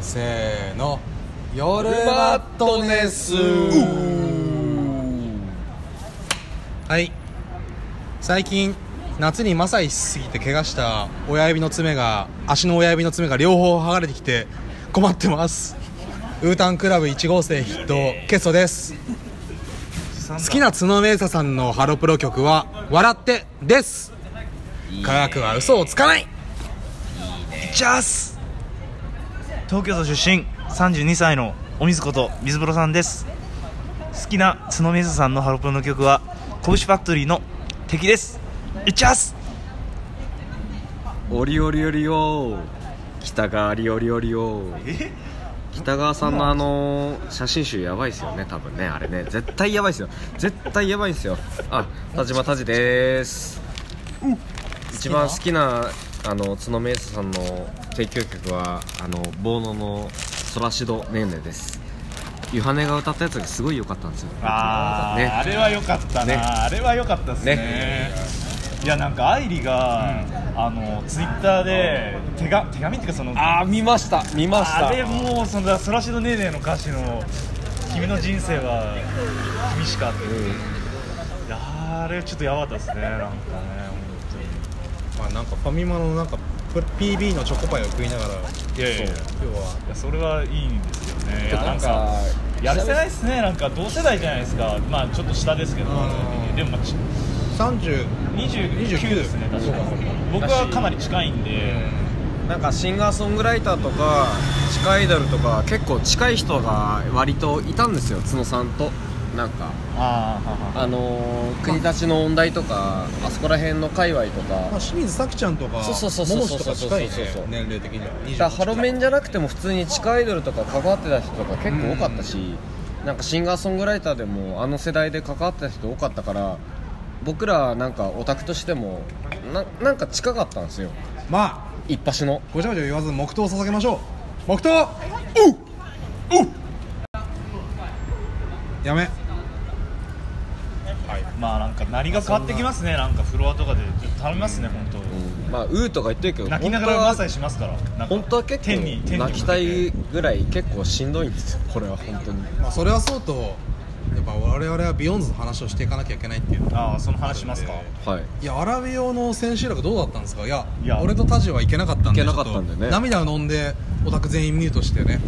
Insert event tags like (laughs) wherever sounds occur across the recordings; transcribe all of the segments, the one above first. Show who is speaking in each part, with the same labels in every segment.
Speaker 1: せーの夜マットネスはい最近夏にマサイしすぎて怪我した親指の爪が足の親指の爪が両方剥がれてきて困ってますウータンクラブ1号生筆頭ケソです好きな角明沙さんのハロプロ曲は「笑って」です科学は嘘をつかないジャス
Speaker 2: 東京都出身32歳のお水こと水風呂さんです好きな角水さんのハロプロの曲は拳ファクトリーの「敵」ですいっちゃす
Speaker 3: オリオリオリオ北川リオリオリオ北川さんのあの写真集やばいっすよね多分ねあれね絶対やばいっすよ絶対やばいっすよあ田島田地です一番好きなあの角明さんの提供曲はあのボーノの「ソラシドネーネ」ですゆはねが歌ったやつがすごい良かったんですよ
Speaker 2: あー、
Speaker 3: ね
Speaker 2: あれは良かったな、
Speaker 3: ね
Speaker 2: あれは良かったですね
Speaker 3: ね
Speaker 2: いやなんか愛梨が、あのツイッターで手が手紙っていうかその
Speaker 3: あー見ました見ました
Speaker 2: あれもうそのそらしのねーねーの歌詞の君の人生は君しかっていう、いやーあれちょっとやばかったですねなんかね
Speaker 1: まあなんかファミマのなんかプ PB のチョコパイを食いながら
Speaker 2: いやいやいや
Speaker 1: 今日はい
Speaker 2: やそれはいいんですよねいや
Speaker 3: な
Speaker 2: なんん
Speaker 3: か
Speaker 2: かやるせないですねなんか同世代じゃないですかまあちょっと下ですけど
Speaker 1: うん
Speaker 2: でもまあち
Speaker 1: 30
Speaker 2: 29ですね確かに僕はかなり近いんで
Speaker 3: なんかシンガーソングライターとか地下アイドルとか結構近い人が割といたんですよ角さんとなんか
Speaker 2: ああはは
Speaker 3: あのー、国立の音大とかあそこら辺の界隈と
Speaker 1: まあ、
Speaker 3: か
Speaker 1: 清水咲ちゃんとか
Speaker 3: そうそうそうそう
Speaker 1: 桃地とか近いね
Speaker 3: そうそうそう
Speaker 1: 年齢的には28
Speaker 3: だハロメンじゃなくても普通に地下アイドルとか関わってた人とか結構多かったし、なんかシンガーソングライターでもあの世代で関わってた人多かったから僕らなんかオタクとしてもななんか近かったんですよ
Speaker 1: まあ
Speaker 3: 一発の
Speaker 1: ごちゃごちゃ言わず黙祷を捧げましょう黙祷やめ
Speaker 2: まあなんか何が変わってきますねなんかフロアとかでちょっと頼みますね本
Speaker 3: まあウーとか言ってるけ
Speaker 2: 当
Speaker 3: ど
Speaker 2: 泣きながらマサイしますからなんか
Speaker 3: 本当は結
Speaker 2: 天に天に
Speaker 3: 構
Speaker 2: 向け
Speaker 3: 泣
Speaker 2: て
Speaker 3: きたいぐらい結構しんどいんですよこれは本当に
Speaker 1: まあそれはそうとやっぱ我々はビヨンズの話をしていかなきゃいけないっていうのが
Speaker 2: ああその話しますか
Speaker 1: あるんで
Speaker 3: はい
Speaker 1: いやアラビオの千秋楽どうだったんですかいや
Speaker 2: いや
Speaker 1: 俺とタジは行けなかったんで
Speaker 3: 行けなかったんでね
Speaker 1: ちょと涙を飲んでオタク全員ミュートしてね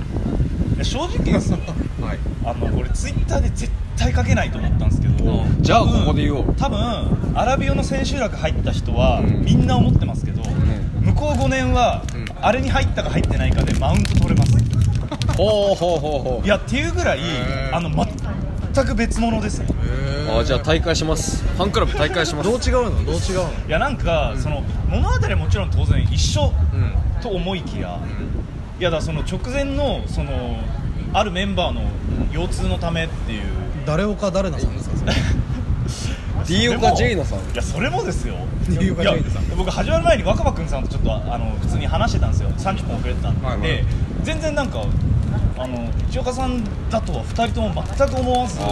Speaker 2: いや正
Speaker 3: (laughs)
Speaker 2: 直その
Speaker 1: はい
Speaker 2: あの俺ツイッターで絶対書けないと思ったんですけど
Speaker 1: うん
Speaker 3: じゃあ
Speaker 2: 多分
Speaker 3: ここで言おう
Speaker 2: 多分アラビオの千秋楽入った人は、
Speaker 3: うん
Speaker 2: みんな思ってますけど、向こう5年は、
Speaker 1: うん
Speaker 2: あれに入ったか入ってないかでマウント取れます
Speaker 3: ほうほうほうほ
Speaker 2: いやっていうぐらい
Speaker 1: へー
Speaker 2: あの全く別物ですね
Speaker 1: へー
Speaker 3: あじゃあ大会しますファンクラブ大会します
Speaker 1: どう違うのどう違うの
Speaker 2: いやなんか、その物語はもちろん当然一緒
Speaker 1: うん
Speaker 2: と思いきや、いやだからその直前のそのあるメンバーの腰痛のためっていう
Speaker 1: 誰岡誰なさんですかそれ
Speaker 3: D 岡ジェイナさん
Speaker 2: いやそれもですよ
Speaker 1: D 岡ジェイナさん
Speaker 2: いや僕始まる前に若葉君さんとちょっとあの普通に話してたんですよ30分遅れてたんで、
Speaker 1: はいはい
Speaker 2: で全然なんかあの市岡さんだとは2人とも全く思わず
Speaker 3: ああ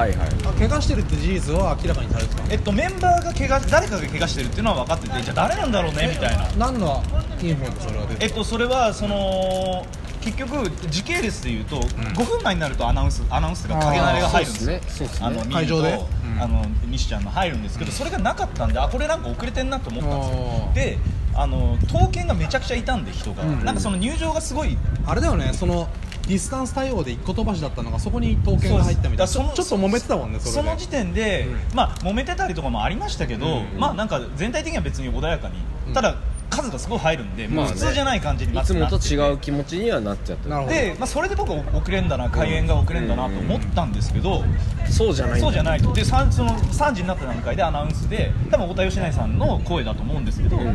Speaker 3: はいはい
Speaker 1: あ怪我してるって事実は明らかにされてた
Speaker 2: えっと、メンバーが怪我誰かが怪我してるっていうのは分かっててじゃあ誰なんだろうねみたいな
Speaker 1: 何のインフォでそれは出
Speaker 2: え
Speaker 1: て
Speaker 2: っとそれはその結局時系列でいうと、5分前になるとアナウンスアナウンスがかけ慣れが入るんですよ
Speaker 3: あーそうっすね
Speaker 2: あ
Speaker 3: そうっ
Speaker 2: の
Speaker 1: ね
Speaker 2: 見る
Speaker 3: す
Speaker 2: と
Speaker 1: 会場でうん
Speaker 2: あの西ちゃんの入るんですけど、それがなかったんであこれなんか遅れてんなと思ったん
Speaker 1: あー
Speaker 2: ですよであの刀剣がめちゃくちゃいたんで人が、
Speaker 1: うん
Speaker 2: なんかその入場がすごい
Speaker 1: あれだよねそのディスタンス対応で一個飛ばしだったのがそこに刀剣が入ったみたいなち
Speaker 2: そう
Speaker 1: ょ
Speaker 2: です
Speaker 1: ちょっと揉めてたもんね
Speaker 2: そ
Speaker 1: それで
Speaker 2: の時点で、
Speaker 1: う
Speaker 2: まあ揉めてたりとかもありましたけど、
Speaker 1: うん
Speaker 2: まあなんか全体的には別に穏やかに、
Speaker 1: うん
Speaker 2: ただ数がすごい入るんで、もう
Speaker 3: まあ
Speaker 2: 普
Speaker 3: ね
Speaker 2: 通じゃない感じに
Speaker 3: い
Speaker 2: なって
Speaker 3: つも
Speaker 2: な
Speaker 3: と
Speaker 2: ってて
Speaker 3: 違う気持ちにはなっちゃってる
Speaker 1: なるほど
Speaker 2: で、まあ、それで僕は遅れんだな開演が遅れんだなと思ったんですけど、
Speaker 3: そうじゃないんだ
Speaker 2: そうじゃないとでさんその3時になった段階でアナウンスで多分太田芳成さんの声だと思うんですけど、なん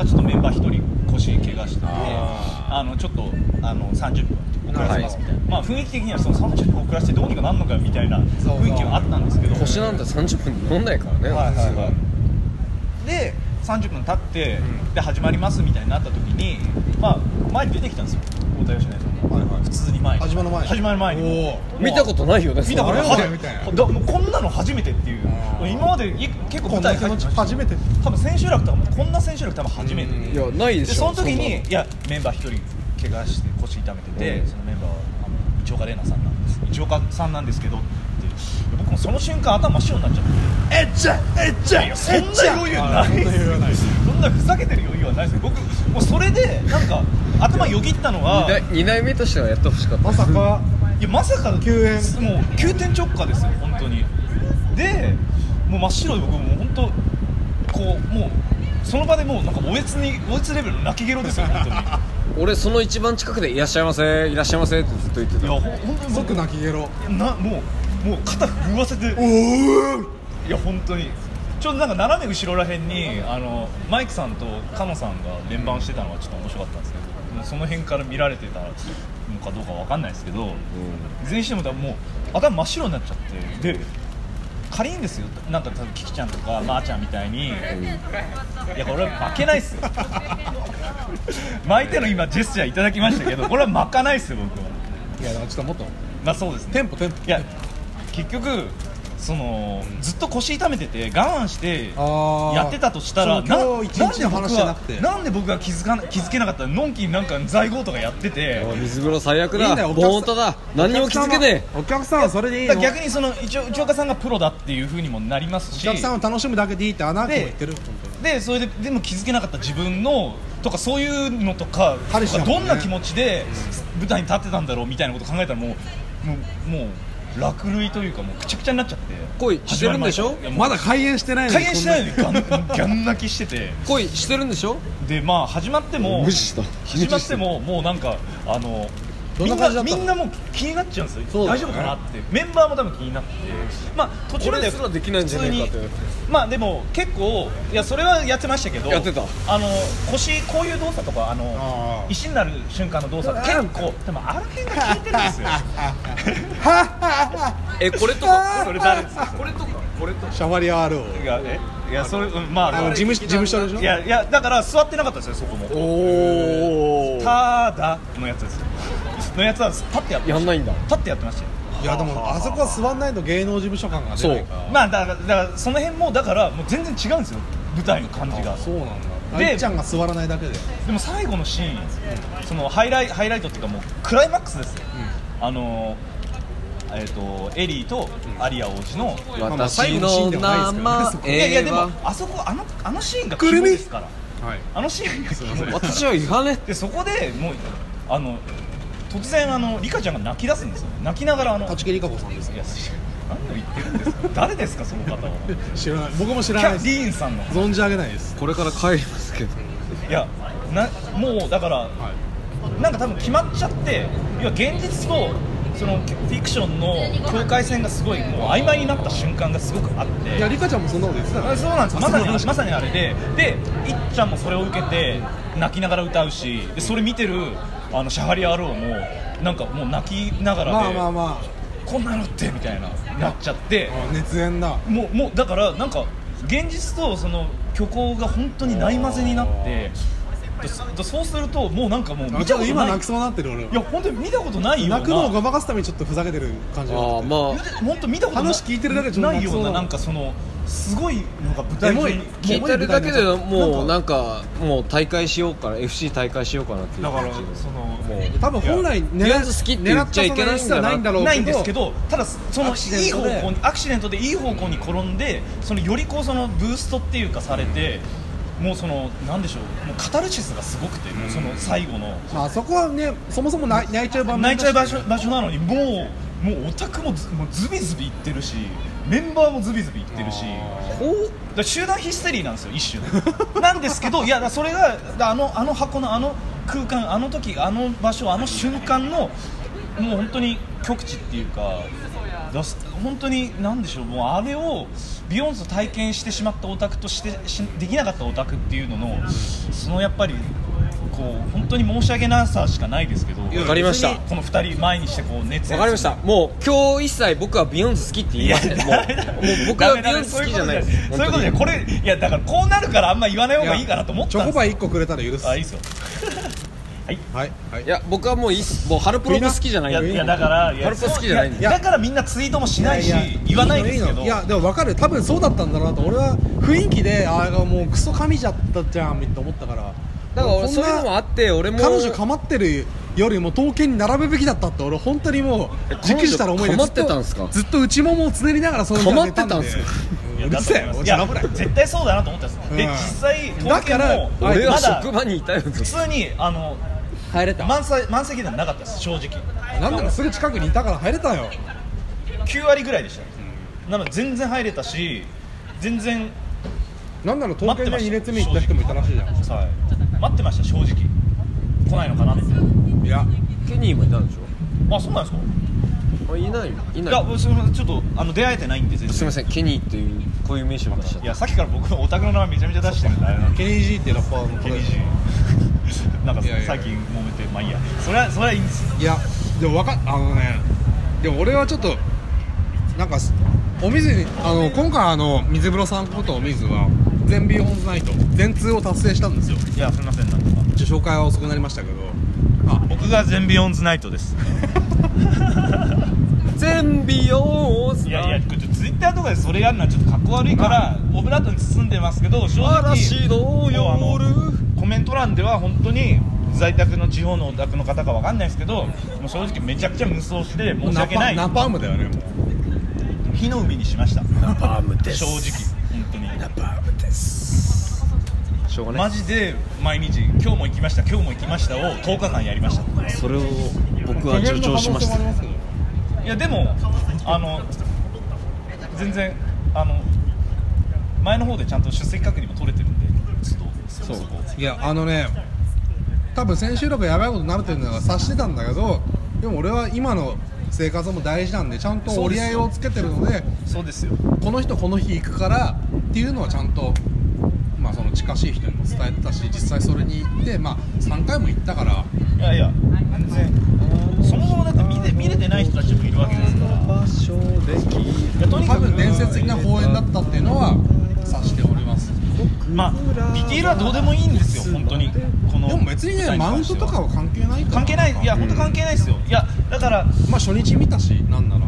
Speaker 2: かちょっとメンバー1人腰怪我してて
Speaker 1: あ
Speaker 2: あのちょっとあの30分遅らせますみたいな、まあ、雰囲気的にはその30分遅らせてどうにかなるのかみたいな
Speaker 1: そうそう
Speaker 2: 雰囲気はあったんですけど
Speaker 3: 腰なんて30分で飲んないからね
Speaker 2: はいはいは
Speaker 3: 普
Speaker 2: い、で30分経って、で始まりますみたいになった時に、まあ、前に出てきたんですよ太田芳成さんが。
Speaker 1: はいはい
Speaker 2: 普通に前に
Speaker 1: 始まる前に
Speaker 2: 始まる前に
Speaker 1: お
Speaker 2: も
Speaker 3: 通見たことないよね
Speaker 2: 見たこと
Speaker 1: あ
Speaker 2: な
Speaker 1: れ
Speaker 2: い
Speaker 1: は
Speaker 2: は
Speaker 1: みたいな
Speaker 2: だもうこんなの初めてっていう
Speaker 1: あー
Speaker 2: 今までい結構舞台入ってました
Speaker 1: 初めて
Speaker 2: 多分千秋楽とかもこんな千秋楽多分初めて
Speaker 1: うん
Speaker 2: で
Speaker 3: いやない
Speaker 2: で
Speaker 3: でしょ
Speaker 2: その時
Speaker 3: んな
Speaker 2: にいやメンバー一人怪我して腰痛めてて、
Speaker 3: うん
Speaker 2: そのメンバーはあの市岡玲奈さんなんです市岡さんなんですけどって僕もその瞬間頭真っ白になっちゃってえっちゃえっちゃいやそんな余裕ないですよそんなふざけてる余裕はないですよ僕もうそれでなんか頭よぎったのは
Speaker 3: 2代目としてはやってほしかった
Speaker 1: まさか
Speaker 2: いやまさかの
Speaker 1: 急転
Speaker 2: もう急転直下ですよ本当にでもう真っ白で僕もう本当こうもうその場でもうなんかおえつにおえつレベルの泣きゲロですよ本当にいや
Speaker 3: 俺その一番近くで「いらっしゃいませいらっしゃいませ」ってずっと言ってた
Speaker 2: ほ本当に
Speaker 1: 即泣きゲロ
Speaker 2: きなもうもう肩震わせて
Speaker 1: おー
Speaker 2: いや本当にちょうどなんか斜め後ろらへんにあのマイクさんとカノさんが連番してたのはちょっと面白かったんですけどもうその辺から見られてたのかどうかわかんないですけど、全員してももう頭真っ白になっちゃってで仮にですよなんか多分キキちゃんとかまー、ちゃんみたいに、いやこれは負けないっすよ (laughs) 巻いての今ジェスチャーいただきましたけどこれは巻かないっすよ僕はい
Speaker 1: やだからちょっともっと
Speaker 2: まあそうですね
Speaker 1: テンポテンポ
Speaker 2: いや結局そのずっと腰痛めてて我慢して
Speaker 1: あー
Speaker 2: やってたとしたら
Speaker 1: その
Speaker 2: な
Speaker 1: 今日一日の話じゃなくて
Speaker 2: なんで僕がなんで僕が気づかな気づけなかったののんきになんか在庫とかやってて
Speaker 3: おい水風呂最悪だ
Speaker 1: いいんだよお客さん
Speaker 3: ボーンとだ何にも気づけね
Speaker 1: お客さんはお客さんはそれでいい
Speaker 2: だ
Speaker 1: の
Speaker 2: から逆にその一応内岡さんがプロだっていうふうにもなります
Speaker 1: お
Speaker 2: し
Speaker 1: 客さんを楽しむだけでいいってアナーキーも言ってる本当に
Speaker 2: でそれででも気づけなかった自分のとかそういうのとか
Speaker 1: 彼氏だもんね
Speaker 2: どんな気持ちで舞台に立ってたんだろうみたいなこと考えたらもうもうもう落類というかもうくちゃくちゃになっちゃって
Speaker 3: 恋してるんでしょ
Speaker 2: 始まる前からいやも
Speaker 1: ま
Speaker 2: う
Speaker 1: だ開演してないのに
Speaker 2: 開演してないのにガン (laughs) ガン泣きしてて
Speaker 3: え恋してるんでしょ
Speaker 2: でまあ始まっても
Speaker 3: 無視した
Speaker 2: 始まってももうなんかあの
Speaker 1: どんな
Speaker 2: み
Speaker 1: ん
Speaker 2: な
Speaker 1: 感じだった
Speaker 2: み
Speaker 1: の
Speaker 2: んなもう気になっちゃうんです
Speaker 3: そ
Speaker 2: よ
Speaker 3: うだ
Speaker 2: 大
Speaker 3: ね
Speaker 2: 丈夫かなってメンバーも多分気になってまあ途中まで
Speaker 3: 俺すらできないんじゃねえかって
Speaker 2: 普通にまあでも結構いやそれはやってましたけど
Speaker 3: やってた
Speaker 2: あの腰こういう動作とかあの
Speaker 1: あー
Speaker 2: 石になる瞬間の動作結構でもあの辺が効いてるんですよ
Speaker 3: えこれとか
Speaker 2: それ誰ですか
Speaker 3: これとかこれとか
Speaker 1: シャワリアールを
Speaker 2: いやえいやそれうんまあ
Speaker 1: あの事務事務所でしょ
Speaker 2: いやいやだから座ってなかったですよそこも
Speaker 1: おお
Speaker 2: ただのやつですよのやつは立ってやってました
Speaker 3: やんないんだ
Speaker 2: 立ってやってましたよ
Speaker 1: いやでもあそこは座んないと芸能事務所感が出ないから
Speaker 2: まあだからだからその辺もだからもう全然違うんですよ舞台の感じが
Speaker 1: そうなんだ
Speaker 2: で
Speaker 1: あいっちゃんが座らないだけで
Speaker 2: でも最後のシーンそのハイライハイライトっていうかもうクライマックスですよ、あのーえっ、とエリーとアリア王子の、
Speaker 1: あまあ最後
Speaker 3: 私
Speaker 1: のシー
Speaker 3: の
Speaker 1: ンではないですけどねそ
Speaker 3: 名前
Speaker 1: こ
Speaker 2: いやいやでも
Speaker 3: は
Speaker 2: あそこあのあのシーンが
Speaker 1: くるみ
Speaker 2: 肝ですから
Speaker 1: はい
Speaker 2: あのシーンが肝ですから
Speaker 3: 私は言わね
Speaker 2: でそこでもうあの突然あのリカちゃんが泣き出すんですよ泣きながらあの
Speaker 1: 立木理香子さんです
Speaker 2: いや何を言ってるんですか誰ですかその方は
Speaker 1: 知らない僕も知
Speaker 2: キ
Speaker 1: らない
Speaker 2: ャ
Speaker 1: で
Speaker 2: デ
Speaker 1: す
Speaker 2: ィーンさんの
Speaker 1: 存じ上げないです
Speaker 3: これから帰りますけど
Speaker 2: いやなもうだからなんか多分決まっちゃって要は現実とそのフィクションの境界線がすごいもう曖昧になった瞬間がすごくあって
Speaker 1: いやリカちゃんもそんなこと言ってたから
Speaker 2: あそうなんですま
Speaker 1: あ
Speaker 2: さ
Speaker 1: そ
Speaker 2: に
Speaker 1: うなん
Speaker 2: ま
Speaker 1: です
Speaker 2: さにあれででいっちゃんもそれを受けて泣きながら歌うしでそれ見てるあのシャハリアール王もなんかもう泣きながら
Speaker 1: ま
Speaker 2: で、
Speaker 1: あまあま
Speaker 2: こんなのってみたいななっちゃって
Speaker 1: ああ熱演だ
Speaker 2: もうもうだからなんか現実とその虚構が本当にない混ぜになってでそでそうするともうなんかもう
Speaker 1: あ
Speaker 2: 見
Speaker 1: ち
Speaker 2: た
Speaker 1: ょっ
Speaker 2: ことと
Speaker 1: 今
Speaker 2: ない
Speaker 1: 泣きそうになってる俺
Speaker 2: いや本当に見たことないような
Speaker 1: 泣くのをごまかすためにちょっとふざけてる感じが
Speaker 3: ああまあ
Speaker 2: 本当見たことな
Speaker 1: 話聞いてるだけでちょっと
Speaker 2: ない
Speaker 1: 泣き
Speaker 2: よ
Speaker 1: そうう
Speaker 2: な
Speaker 1: な
Speaker 2: なんかそのすごいなんか舞台上
Speaker 1: エ
Speaker 2: に
Speaker 1: モい
Speaker 3: 聞いてるだけでもう
Speaker 1: な
Speaker 3: なんかもう大会しようかな FC 大会しようかなっていう
Speaker 2: だから
Speaker 3: 感じ
Speaker 2: その
Speaker 3: もう
Speaker 1: 多分本来
Speaker 3: いや
Speaker 1: 狙
Speaker 3: とりあえず好きって言っちゃいけないんだ
Speaker 1: 狙ったその演出は
Speaker 3: な
Speaker 1: ないんだろう
Speaker 2: ないんですけどただその
Speaker 1: アクシデ
Speaker 2: いい
Speaker 1: ン
Speaker 2: 方
Speaker 1: トで
Speaker 2: 向にアクシデントでいい方向に転んでそのよりこうそのブーストっていうかされて、もうそのなんでしょうもうカタルシスがすごくて、もうその最後の
Speaker 1: まあそこはねそもそも泣い泣いちゃう場面
Speaker 2: 泣いちゃう場所
Speaker 1: だし
Speaker 2: 場所なのにもうもうオタクもずもうズビズビいってるしメンバーもズビズビいってるし
Speaker 3: お
Speaker 2: だから集団ヒステリーなんですよ
Speaker 1: (laughs)
Speaker 2: 一種なんですけどいやだからそれがだあのあの箱のあの空間あの時あの場所あの瞬間のもう本当に極致っていうかだす本当に何でしょうもうあれをビヨンズと体験してしまったオタクとしてしできなかったオタクっていうののそのやっぱりこう本当に申し訳なさしかないですけど
Speaker 3: わかりました
Speaker 2: この2人前にしてこう熱演する
Speaker 3: わかりましたもう今日一切僕はビヨンズ好きって言いませんもう
Speaker 2: ダメだ
Speaker 3: もう僕は
Speaker 2: ダメ
Speaker 3: ビ
Speaker 2: ダメ
Speaker 3: ヨンズ好きじゃないです
Speaker 2: そういうことじゃないそういうことじゃないこれいやだからこうなるからあんま言わない方がいいかなと思っ
Speaker 1: チ
Speaker 2: た
Speaker 1: ョ
Speaker 2: んで
Speaker 1: コ
Speaker 2: すよ
Speaker 1: パイ1個くれたら許す
Speaker 2: あ
Speaker 1: はい
Speaker 2: い
Speaker 1: い
Speaker 2: っすよ
Speaker 1: はいはい
Speaker 3: いや僕はもういいっすもうハルプロも好きじゃないい
Speaker 2: や
Speaker 3: んで
Speaker 2: いやだからいや
Speaker 3: ハルプロ好きじゃないんで
Speaker 2: やだからみんなツイートもしないし言わないですけど
Speaker 1: いやでも分かる多分そうだったんだろうなと俺は雰囲気でああもうクソ神じゃったじゃんって思ったから
Speaker 3: だから俺そういうのもあって俺も
Speaker 1: 彼女構ってるよりも刀剣に並ぶべきだったって俺本当にもう
Speaker 3: え
Speaker 1: 直したら思いで
Speaker 3: 彼女構ってたんすか
Speaker 1: ずっとずっと内ももをつねりながらそういうのやってたんで
Speaker 3: 構ってたんす
Speaker 1: うるせえよ
Speaker 2: い
Speaker 1: 落
Speaker 2: や
Speaker 1: ち危ない
Speaker 2: 絶対そうだなと思ったんです、
Speaker 1: うん
Speaker 2: で実際
Speaker 1: だから
Speaker 2: 東京も
Speaker 3: 俺は
Speaker 2: まだ
Speaker 3: 職場にいたよ
Speaker 2: 普通にあの
Speaker 3: 入れた
Speaker 2: 満載満席ではなかったです正直
Speaker 1: なんならすぐ近くにいたから入れたよ
Speaker 2: 9割ぐらいでした、なので全然入れたし全然、
Speaker 1: なんなら刀剣で
Speaker 2: 待
Speaker 1: 2
Speaker 2: ってまし
Speaker 1: 列目行
Speaker 2: た
Speaker 1: った人もいたらしいじゃ
Speaker 2: はい、待ってました正直来ないのかなって
Speaker 1: んいや
Speaker 3: ケニーもいたんでし
Speaker 2: あそうなんですか
Speaker 3: ょあいないよい
Speaker 2: い
Speaker 3: ない
Speaker 2: や
Speaker 3: よ
Speaker 2: すみませんちょっとあの出会えてないんで全然
Speaker 3: すいませんケニーっていうこういう名称を出しちゃっ
Speaker 2: い
Speaker 3: た
Speaker 2: やさっきから僕のオタクの名前めちゃめちゃ出してるんであれなんで
Speaker 1: ケニー G ってラッパーの子
Speaker 2: ケ
Speaker 1: で
Speaker 2: ニジーなんか
Speaker 1: いやいや
Speaker 2: 最近揉めてまあいいやそれはそれはいいんですよ
Speaker 1: いやでもわかあのねでも俺はちょっとなんかすお水にあの今回あの水風呂さんことお水は全ビヨーンズナイト全通を達成したんですよ
Speaker 2: いやすみませんなんか
Speaker 1: ちょ紹介は遅くなりましたけどあ
Speaker 2: 僕が全ビヨンズナイトです
Speaker 3: 全ビヨーズ
Speaker 2: いやいやこれちょっとツイッターとかでそれやるのはちょっとかっこ悪いからオブラートに包んでますけど正直
Speaker 3: 嵐の
Speaker 2: 要はあの
Speaker 3: 夜
Speaker 2: コメント欄では本当に在宅の地方のお宅の方かわかんないですけどもう正直めちゃくちゃ無双して申し
Speaker 1: ナ
Speaker 2: 訳な
Speaker 1: パ
Speaker 2: い
Speaker 1: ナパームだよねもう
Speaker 2: 火の海にしました
Speaker 3: ナパームで
Speaker 2: 正直本当に
Speaker 3: ナパームですしょうがない
Speaker 2: マジで毎日「今日も行きました今日も行きました」を10日間やりました
Speaker 3: それを僕は助長しまし
Speaker 1: 加減の可能性も
Speaker 3: た
Speaker 1: ありますけど
Speaker 2: いやでもあの全然あの前の方でちゃんと出席確認も取れてるんでちょっとそこそこ
Speaker 1: いやあのね多分先週録やばいことになってるのは察してたんだけどでも俺は今の生活も大事なんでちゃんと折り合いをつけてるので
Speaker 2: そうですよ
Speaker 1: この人この日行くからっていうのはちゃんと、まあ、その近しい人にも伝えてたし実際それに行って、まあ、3回も行ったから
Speaker 2: いやいや全然そもそもだって見て見れてない人たちもいるわけですからい
Speaker 3: 場所でき
Speaker 2: やとに
Speaker 1: 多
Speaker 2: かく
Speaker 1: 分伝説的な公演だったっていうのは察しております
Speaker 2: まあディテールはどうでもいいんですよ本当にこの
Speaker 1: でも別にね
Speaker 2: 舞台
Speaker 1: マウ
Speaker 2: 関
Speaker 1: ン
Speaker 2: して
Speaker 1: ト
Speaker 2: は
Speaker 1: とかは関係ないから
Speaker 2: 関係ないいや本当関係ないですよいやだから
Speaker 1: まあ初日見たしなんなら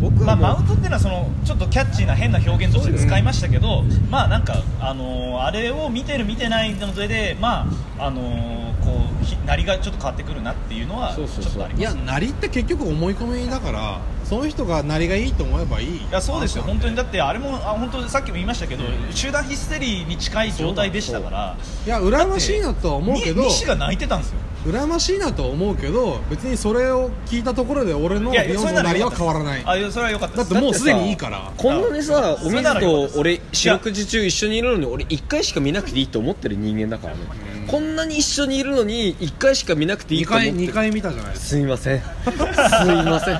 Speaker 3: 僕
Speaker 2: まあ、
Speaker 3: は
Speaker 2: マ
Speaker 3: も
Speaker 2: ウントっていうのはそのちょっとキャッチーな変な表現として使いましたけど、まあなんか、あのーあれを見てる見てないの上で、まああのーこうひなりがちょっと変わってくるなっていうのはち
Speaker 3: そ
Speaker 2: ょ
Speaker 3: うそうそう
Speaker 2: っとあります
Speaker 1: いやなりって結局思い込みだからその人がなりがいいと思えばいい
Speaker 2: いやそうですよ本当にだってあれもあ本当にさっきも言いましたけど、集団ヒステリーに近い状態でしたから
Speaker 1: いや羨ましいなとは思うけど
Speaker 2: に西が泣いてたんですよ
Speaker 1: 羨ましいなとは思うけど別にそれを聞いたところで俺の
Speaker 2: い
Speaker 1: ビ
Speaker 2: や
Speaker 1: ヨン
Speaker 2: そ
Speaker 1: ズ
Speaker 2: れ
Speaker 1: の
Speaker 2: な
Speaker 1: な
Speaker 2: ら
Speaker 1: り
Speaker 2: 良
Speaker 1: は
Speaker 2: かった
Speaker 1: 変わらない
Speaker 2: あいやそれは良かっ
Speaker 1: だっ
Speaker 2: たです
Speaker 1: てもうすでにいいから
Speaker 3: こんなにさ
Speaker 2: そ
Speaker 3: お
Speaker 2: れな
Speaker 3: 水
Speaker 2: らよかっ
Speaker 3: と
Speaker 2: た
Speaker 3: 俺
Speaker 2: い
Speaker 3: 四
Speaker 2: や
Speaker 3: 六時中一緒にいるのに俺一回しか見なくていいと思ってる人間だからねこんなに一緒にいるのに一回しか見なくていい
Speaker 1: 2
Speaker 3: と思って
Speaker 1: 回
Speaker 3: る
Speaker 1: 二回見たじゃないです
Speaker 3: すいませんすいませ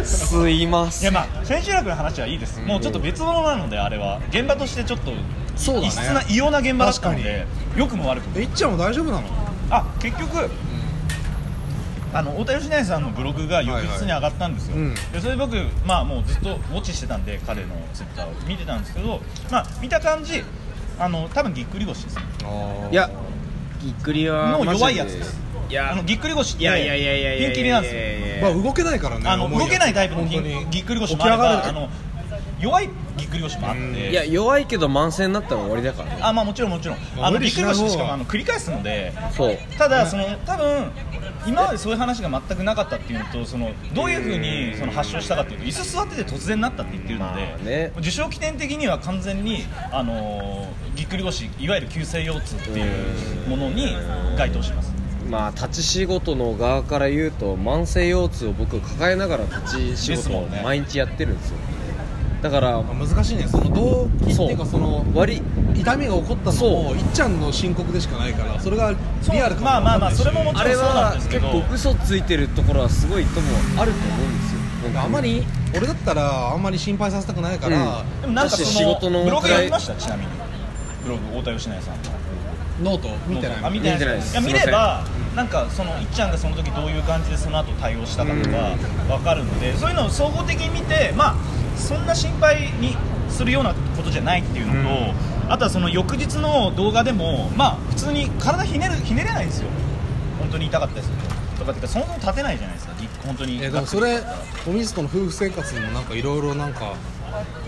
Speaker 3: んすいま
Speaker 2: い
Speaker 3: せ
Speaker 2: や
Speaker 3: ん
Speaker 2: まあ千秋楽の話はいいです、もうちょっと別物なのであれは現場としてちょっと
Speaker 1: そうだね
Speaker 2: 異質な異様な現場だったので良くも悪くも
Speaker 1: かえいっちゃんも大丈夫なの
Speaker 2: あ結局、あの太田芳成さんのブログが翌日に上がったんですよ、
Speaker 1: はいはい
Speaker 2: でそれで僕、まあ、もうずっとウォッチしてたんで彼のツイッターを見てたんですけど、まあ、見た感じあの多分ぎっくり腰ですね
Speaker 3: いやぎっくりは
Speaker 2: の
Speaker 3: マジ
Speaker 2: 弱いやつです
Speaker 3: い
Speaker 2: あ
Speaker 3: や
Speaker 2: のぎっくり腰って
Speaker 3: いやいやいやいやいや
Speaker 2: ピンキリなんですよ
Speaker 1: まあ
Speaker 3: よ
Speaker 1: 動けないからね
Speaker 2: あの
Speaker 1: 重いやつ
Speaker 2: 動けないタイプのぎ
Speaker 1: 本当に
Speaker 2: ぎっくり腰もあれ
Speaker 1: 起き
Speaker 2: ばあ
Speaker 1: 上がれ
Speaker 2: の弱いぎっくり腰もあって、
Speaker 1: うん
Speaker 3: いや弱いけど慢性になったら終わりだからね
Speaker 2: あまあもちろんもちろん
Speaker 1: まあ
Speaker 2: あの
Speaker 1: 無理
Speaker 2: ぎっく
Speaker 1: し
Speaker 2: り
Speaker 1: ない方
Speaker 2: 腰
Speaker 1: が
Speaker 2: しかもあの繰り返すので
Speaker 3: そう
Speaker 2: ただその多分今までそういう話が全くなかったっていうのとそのどういうふうにその発症したかっていうと椅子座ってて突然なったって言ってるので、
Speaker 3: まあね
Speaker 2: 受賞起点的には完全に、あのーぎっくり腰いわゆる急性腰痛っていうものに該当します
Speaker 3: まあ立ち仕事の側から言うと慢性腰痛を僕抱えながら立ち仕
Speaker 2: です
Speaker 3: 事
Speaker 2: も
Speaker 3: を
Speaker 2: んね
Speaker 3: 毎日やってるんですよだから
Speaker 1: まあ難しいねその動機っていうか
Speaker 3: そ
Speaker 1: そ
Speaker 3: う
Speaker 1: の
Speaker 3: 割
Speaker 1: 痛みが起こったの
Speaker 3: そ
Speaker 1: もいっちゃんの申告でしかないからそれが
Speaker 2: そう
Speaker 1: リアルかも
Speaker 2: まあまあまあそれもも
Speaker 3: あ
Speaker 2: ちろん
Speaker 3: れ
Speaker 2: そうなん
Speaker 3: は
Speaker 2: ですけ
Speaker 3: 結
Speaker 2: ど
Speaker 3: 構嘘ついてるところはすごいともあると思うんですよ
Speaker 1: あんまり俺だったらあんまり心配させたくないから、
Speaker 2: でもなんか
Speaker 3: だし
Speaker 2: そ
Speaker 3: 仕
Speaker 2: の
Speaker 3: 事の
Speaker 2: ブログ読みましたちなみにブログ太田芳成さんの
Speaker 1: ノート見てない
Speaker 2: あ見てない
Speaker 3: 見てないです
Speaker 2: や見ればなんかそのいっちゃんがその時どういう感じでその後対応したかとかわかるのでそういうのを総合的に見てまあそんな心配にするようなことじゃないっていうのと、あとはその翌日の動画でもまあ普通に体ひねるひねれないんですよ本当に痛かったでするととかっていうかそもそも立てないじゃないですかぎ本当に
Speaker 1: えでもそれおみずとの夫婦生活にもなんかいろいろなんか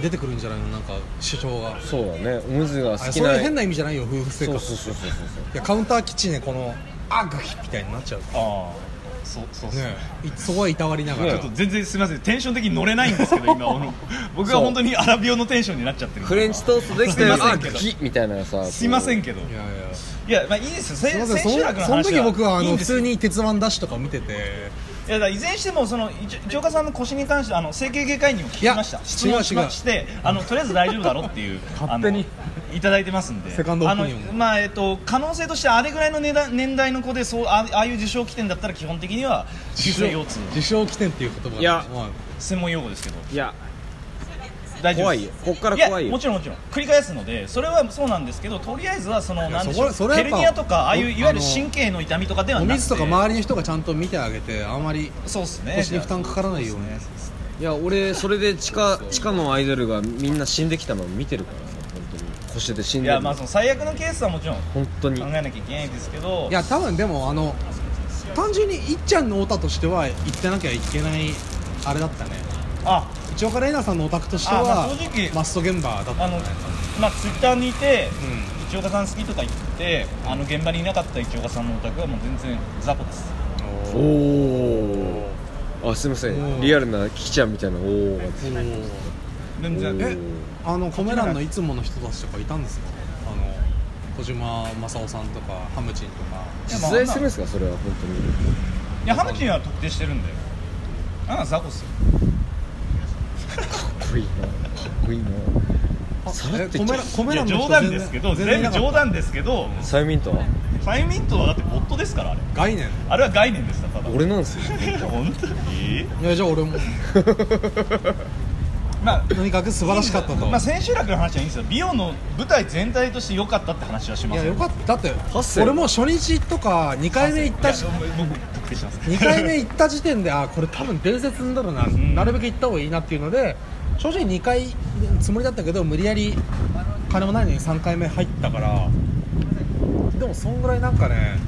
Speaker 1: 出てくるんじゃないのなんか主張が
Speaker 3: そうだねおむずが
Speaker 1: あ
Speaker 3: 好き
Speaker 1: そう
Speaker 3: な
Speaker 1: いう変な意味じゃないよ夫婦生
Speaker 3: そう
Speaker 1: 活
Speaker 3: そうそうそうそう
Speaker 1: いやカウンターキッチンでこのあグヒみたいになっちゃうね
Speaker 2: ああそうそうそう、
Speaker 1: えいそこはいたわりながら、
Speaker 2: ちょっと全然すみませんテンション的に乗れないんですけど今あの僕は本当にアラビオのテンションになっちゃってる
Speaker 3: フレンチトーストできたよ
Speaker 2: すいませ
Speaker 3: あ
Speaker 2: んけど
Speaker 3: きみたいなさ
Speaker 2: すいません
Speaker 3: け
Speaker 2: けど
Speaker 1: いやいや
Speaker 2: いやまあいいですよせ
Speaker 1: すいま
Speaker 2: ん
Speaker 1: せん
Speaker 2: 千秋楽の
Speaker 1: そのその
Speaker 2: 話
Speaker 1: 時僕はあ
Speaker 2: いい
Speaker 1: の
Speaker 2: ん
Speaker 1: 普
Speaker 2: です
Speaker 1: 通
Speaker 2: よ
Speaker 1: に鉄腕ダッシュとか見てて
Speaker 2: いやだからいずれにしてもその一一岡さんの腰に関してあの整形外科医にも聞きました
Speaker 1: いや
Speaker 2: 質問し
Speaker 1: 違う違
Speaker 2: ま
Speaker 1: う
Speaker 2: してあのとりあえず大丈夫だろっていう
Speaker 1: (laughs) 勝手に
Speaker 2: あのいただいてますんで
Speaker 1: セカンドオ
Speaker 2: あ
Speaker 1: ピ
Speaker 2: の
Speaker 1: ニオン
Speaker 2: まあえっと可能性としてあれぐらいの年代年代の子でそうあああいう受賞起点だったら基本的には急性腰痛
Speaker 1: 自称起点っていう言葉が
Speaker 3: いや
Speaker 1: まあ
Speaker 2: 専門用語ですけど
Speaker 3: いや
Speaker 2: 大丈夫
Speaker 3: 怖
Speaker 2: です
Speaker 3: いよこっから
Speaker 2: や
Speaker 3: 怖いよ
Speaker 2: もちろんもちろん繰り返すのでそれはそうなんですけどとりあえずはその
Speaker 1: いや
Speaker 2: なんでしょう
Speaker 1: そこらそ
Speaker 2: ヘ
Speaker 1: れ
Speaker 2: ル
Speaker 1: はやっぱ
Speaker 2: ニアとかああいう
Speaker 1: お
Speaker 2: いわゆる
Speaker 1: あの
Speaker 2: 神経の痛みとかでは
Speaker 1: お
Speaker 2: なくて
Speaker 1: 水とか周りの人がちゃんと見てあげてあんまり
Speaker 2: そうですね
Speaker 1: 腰に負担かからないように
Speaker 2: そうっすね
Speaker 3: いや俺それで地下地下のアイドルがみんな死んできたのを見てるからさ本当に腰で死ん
Speaker 2: い
Speaker 3: で
Speaker 2: や
Speaker 3: る
Speaker 2: まあその最悪のケースはもちろん考
Speaker 3: 本当に
Speaker 2: えなきゃいけないですけど
Speaker 1: いや多分でもあの単純にいっちゃんのオタとしては行ってなきゃいけないあれだったね
Speaker 2: あ
Speaker 1: 一岡玲奈さんのオタクとしては
Speaker 2: あまあ正直
Speaker 1: マスト現場だった
Speaker 2: あのまあツイッターにいて
Speaker 1: うん
Speaker 2: 一岡さん好きとか言ってあの現場にいなかった一岡さんのお宅はもう全然雑魚です
Speaker 3: おおあすいませ
Speaker 1: おー
Speaker 3: んリアルなキキちゃんみたいなおーがついて
Speaker 2: 全然
Speaker 1: え
Speaker 2: え
Speaker 1: あのコメ欄のいつもの人たちとかいたんですかあの小島正夫さんとかハムチンとか
Speaker 3: 実在するんですかそれは本
Speaker 2: いやハムチンは特定してるんであんなの雑魚っすよ
Speaker 3: 当にかっこいいなかっこいいな
Speaker 1: あ
Speaker 3: さら
Speaker 1: え
Speaker 3: っと
Speaker 1: コ
Speaker 3: 言っち
Speaker 1: メ
Speaker 3: ゃ
Speaker 1: ラ
Speaker 3: う
Speaker 1: コメ
Speaker 2: いや
Speaker 1: 欄の
Speaker 2: 冗
Speaker 1: 人
Speaker 2: 談ですけど
Speaker 1: 全然
Speaker 2: 全
Speaker 1: いなか
Speaker 2: 部
Speaker 1: った
Speaker 2: 冗談ですけど
Speaker 3: サイミントは
Speaker 2: ファイミントはだってボットですからあれ
Speaker 1: 概念
Speaker 2: あれは概念ですだただ
Speaker 3: 俺なんですよ
Speaker 2: 本当に
Speaker 1: いやじゃあ俺も
Speaker 2: まあ
Speaker 1: とにかく素晴らし (laughs) かったと
Speaker 2: まあ、千秋楽の話はいいんですよ美容の舞台全体として良かったって話はし
Speaker 1: い
Speaker 2: ま
Speaker 1: や
Speaker 2: す
Speaker 1: よかっただって
Speaker 3: ッセル
Speaker 1: 俺も初日とか2回目行った時
Speaker 2: いや僕特定してます
Speaker 1: 2回目行った時点であこれ多分伝説になるな、
Speaker 2: ん
Speaker 1: なるべく行った方がいいなっていうので正直2回つもりだったけど無理やり金もないのに3回目入ったからでもそんぐらいなんかね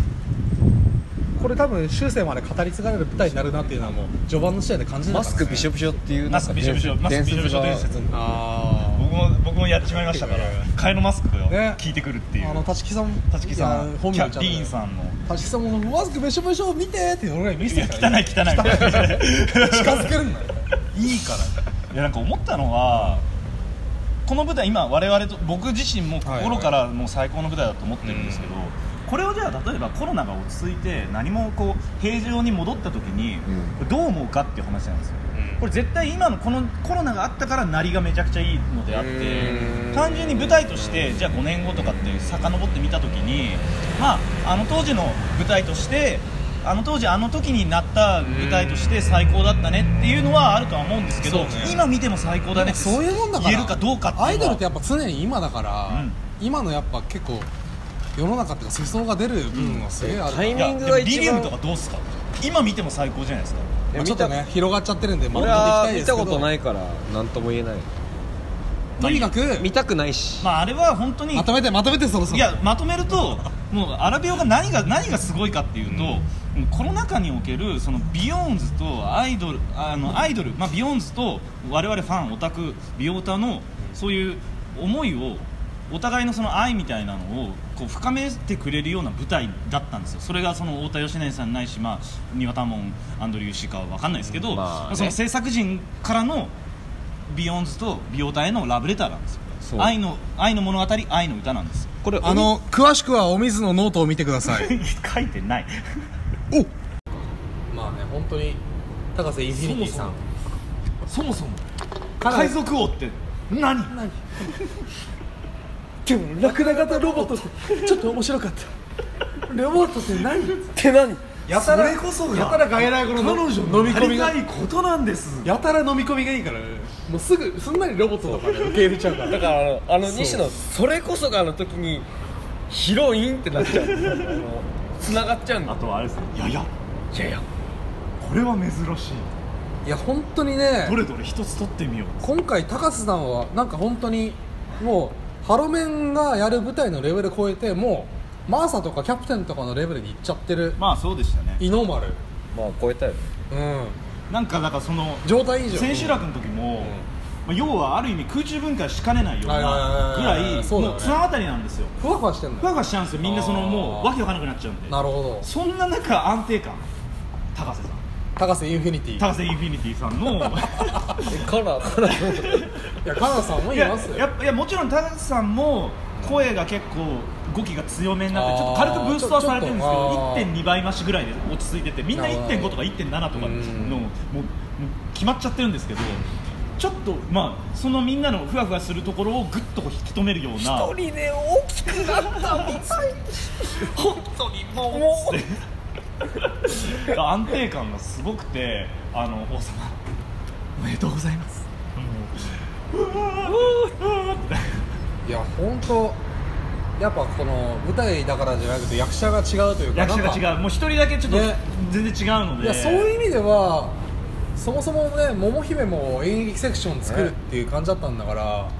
Speaker 1: これ多分終生まで語り継がれる舞台になるなっていうのはもう序盤の時点で感じてた
Speaker 3: マ
Speaker 1: から
Speaker 3: スクびしょ
Speaker 1: ね
Speaker 3: びしょっていう
Speaker 2: マスクびしょびしょマスクびしょびしょ伝説
Speaker 1: あ
Speaker 2: 僕も僕もやってしまいましたから替えのマスクを
Speaker 1: ね
Speaker 2: 聞いてくるってい
Speaker 1: ーあの
Speaker 2: う
Speaker 1: 立木さん
Speaker 2: 立木さ
Speaker 1: いや
Speaker 2: ん
Speaker 1: 本
Speaker 2: キ
Speaker 1: 名
Speaker 2: ャ
Speaker 1: ちゃ
Speaker 2: デ
Speaker 1: ん
Speaker 2: ィーン
Speaker 1: ん
Speaker 2: さんの
Speaker 1: 立木さんもマスクびしょびしょ見てーって俺らに見
Speaker 2: い
Speaker 1: せ
Speaker 2: や
Speaker 1: てた
Speaker 2: 汚
Speaker 1: から
Speaker 2: い汚い
Speaker 1: (laughs)
Speaker 2: み
Speaker 1: 近
Speaker 2: たいな
Speaker 1: づけるんだよ
Speaker 2: いいからいやなんか思ったのはこの舞台今我々と僕自身も心からもう最高の舞台だと思ってるんですけど、これをじゃあ例えばコロナが落ち着いて何もこう平常に戻った時に、これどう思うかっていう話なんですよ、これ絶対今のこのコロナがあったから鳴りがめちゃくちゃいいのであって
Speaker 3: うん
Speaker 2: 単純に舞台としてじゃあ5年後とかって遡ってみた時にまああの当時の舞台としてあの当時あの時になった舞台として最高だったねっていうのはあるとは思うんですけど、
Speaker 1: そうね
Speaker 2: 今見ても最高だねって
Speaker 1: そういうもんだから
Speaker 2: 言えるかどうかっていうのは
Speaker 1: アイドルってやっぱ常に今だから、
Speaker 2: うん
Speaker 1: 今のやっぱ結構世の中っていうか世相が出る部分はすげえあるから、
Speaker 3: うんタイ
Speaker 2: い
Speaker 3: ミ
Speaker 2: や
Speaker 3: ング
Speaker 2: でも
Speaker 3: が
Speaker 2: リ
Speaker 3: 一番
Speaker 2: リウムとかどうっすか今見ても最高じゃないですか
Speaker 1: まあちょっとね広がっちゃってるんでま
Speaker 3: 俺は見た
Speaker 1: と
Speaker 3: ことないいから何とも言えない
Speaker 1: とにかく
Speaker 3: 見たくないし
Speaker 2: まああれは本当に
Speaker 1: まとめてまとめてそろそろ
Speaker 2: いやまとめる
Speaker 3: (laughs)
Speaker 2: ともうアラビオが何が何がすごいかっていうと、もうコロナ禍におけるそのビヨーンズとアイドルあのアイドル、まあ、ビヨーンズと我々ファンオタクビオタのそういう思いをお互いのその愛みたいなのをこう深めてくれるような舞台だったんですよそれがその太田芳成さんないし、まあ、庭田門アンドリューシーかは分かんないですけど、
Speaker 3: まあね
Speaker 2: その制作陣からのビヨーンズとビオタへのラブレターなんですよ
Speaker 3: そう
Speaker 2: 愛の愛の物語愛の歌なんですよ
Speaker 3: これ
Speaker 1: あの詳しくはお水のノートを見てください
Speaker 2: (laughs) 書いてない
Speaker 1: おまあね本当に高瀬インフ
Speaker 2: ィニティさんそもそも
Speaker 1: かなり
Speaker 2: 海賊王って何
Speaker 1: でもラクダ型ロボットってちょっと面白か (laughs) ったロボットって何って何やたら
Speaker 2: それこそが
Speaker 1: やたら外来語の彼女飲み込みが
Speaker 2: いことなんです
Speaker 1: やたら飲み込みがいいからねもうすぐすんなりロボットとかね受け入れちゃうから
Speaker 3: だからあのあの西野それこそがあの時にヒロインってなっちゃうつながっちゃうんだ
Speaker 2: あとはあれですねいやいや
Speaker 3: いやいや
Speaker 2: これは珍しい
Speaker 1: (laughs) いや本当にね
Speaker 2: どれどれ一つ取ってみよう
Speaker 1: 今回高瀬さんはなんか本当にもうハロメンがやる舞台のレベル超えてもうマーサとかキャプテンとかのレベルに行っちゃってる
Speaker 2: まあそうでしたね
Speaker 1: イノマル
Speaker 3: まあ超えたよね
Speaker 1: うん
Speaker 2: なんかだからその
Speaker 1: 状態以上
Speaker 2: 千秋楽の時も、まあ、要はある意味空中分解しかねないよう
Speaker 1: はい
Speaker 2: なぐ
Speaker 1: はいは
Speaker 2: ら
Speaker 1: いはい
Speaker 2: い
Speaker 1: そうだね
Speaker 2: もう綱渡りなんですよ
Speaker 1: ふわふわしてん
Speaker 2: ふわふわしちゃうんですよみんなその
Speaker 1: あー
Speaker 2: もうわけわかんなくなっちゃうんで
Speaker 1: なるほど
Speaker 2: そんな中安定感高瀬さん
Speaker 1: 高瀬インフィニティ
Speaker 2: 高瀬インフィニティさ
Speaker 1: (laughs)
Speaker 2: んの
Speaker 1: えカラーカラーいやカラーさんも
Speaker 2: い
Speaker 1: い
Speaker 2: や
Speaker 1: ますよ
Speaker 2: やっぱいやもちろん高瀬さんも声が結構語気が強めになってちょっと軽くブーストはされてるんですけ
Speaker 1: あーちょ
Speaker 2: ど
Speaker 1: っと
Speaker 2: 1.2倍増しぐらいで落ち着いててみんな
Speaker 1: なるほど
Speaker 2: 1.5とか1.7とかの
Speaker 1: うん
Speaker 2: もうもう決まっちゃってるんですけどちょっとまあそのみんなのふわふわするところをぐっとこう引き止めるような
Speaker 1: 一人で大きくな (laughs) ったみたい
Speaker 2: 本当にも
Speaker 1: (laughs)
Speaker 2: うつって安定感がすごくてあの王様おめでとうございますもううわーうわーって
Speaker 1: いや本当やっぱこの舞台だからじゃなくて役者が違うというか
Speaker 2: 役
Speaker 1: な
Speaker 2: 者
Speaker 1: んか
Speaker 2: が違うもう一人だけちょっと
Speaker 1: ね
Speaker 2: 全然違うので
Speaker 1: いやそういう意味ではそもそもね桃姫も演劇セクション作るっていう感じだったんだから、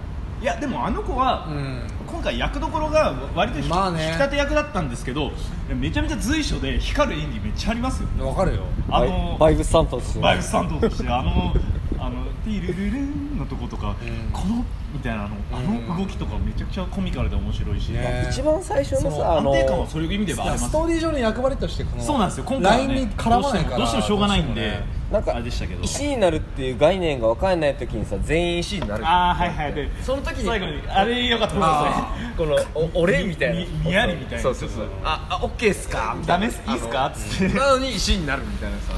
Speaker 2: いやでもあの子は
Speaker 1: うん
Speaker 2: 今回役どころが割と引き
Speaker 1: まあね
Speaker 2: 引き立て役だったんですけどめちゃめちゃ随所で光る演技めっちゃありますよね
Speaker 1: わかるよ
Speaker 2: あ
Speaker 3: バイ
Speaker 2: の
Speaker 3: バイブス担当です
Speaker 2: バイブス担当としてあのあのティルルルンのとことか、
Speaker 1: うん
Speaker 2: このみたいなあのあ
Speaker 1: う
Speaker 2: の
Speaker 1: ん
Speaker 2: 動きとかめちゃくちゃコミカルで面白いし、
Speaker 1: ね
Speaker 3: 一番最初
Speaker 1: そ
Speaker 3: のさ
Speaker 1: の
Speaker 3: あ
Speaker 2: 安
Speaker 3: の
Speaker 2: 定感はそういう意味ではあります
Speaker 1: ストーリー上の役割としてこの
Speaker 2: そうなんですよ今回は、
Speaker 1: ライン
Speaker 2: ね
Speaker 1: に、絡まないから
Speaker 2: どうしてもどうしてもしょうがないんで、
Speaker 3: なんか
Speaker 2: あれでしたけど
Speaker 3: 石になるっていう概念が分かんない時にさ全員石になる
Speaker 2: ああはいはいで
Speaker 3: その時に
Speaker 2: 最後にあれよかった
Speaker 3: あ
Speaker 2: で
Speaker 3: ーこのお俺みたいな
Speaker 2: ににやりみたいな
Speaker 3: そうそうそうああオッケーっすか
Speaker 2: ダメっすいいっすか
Speaker 3: あの
Speaker 2: つって
Speaker 3: なのに石になるみたいなさ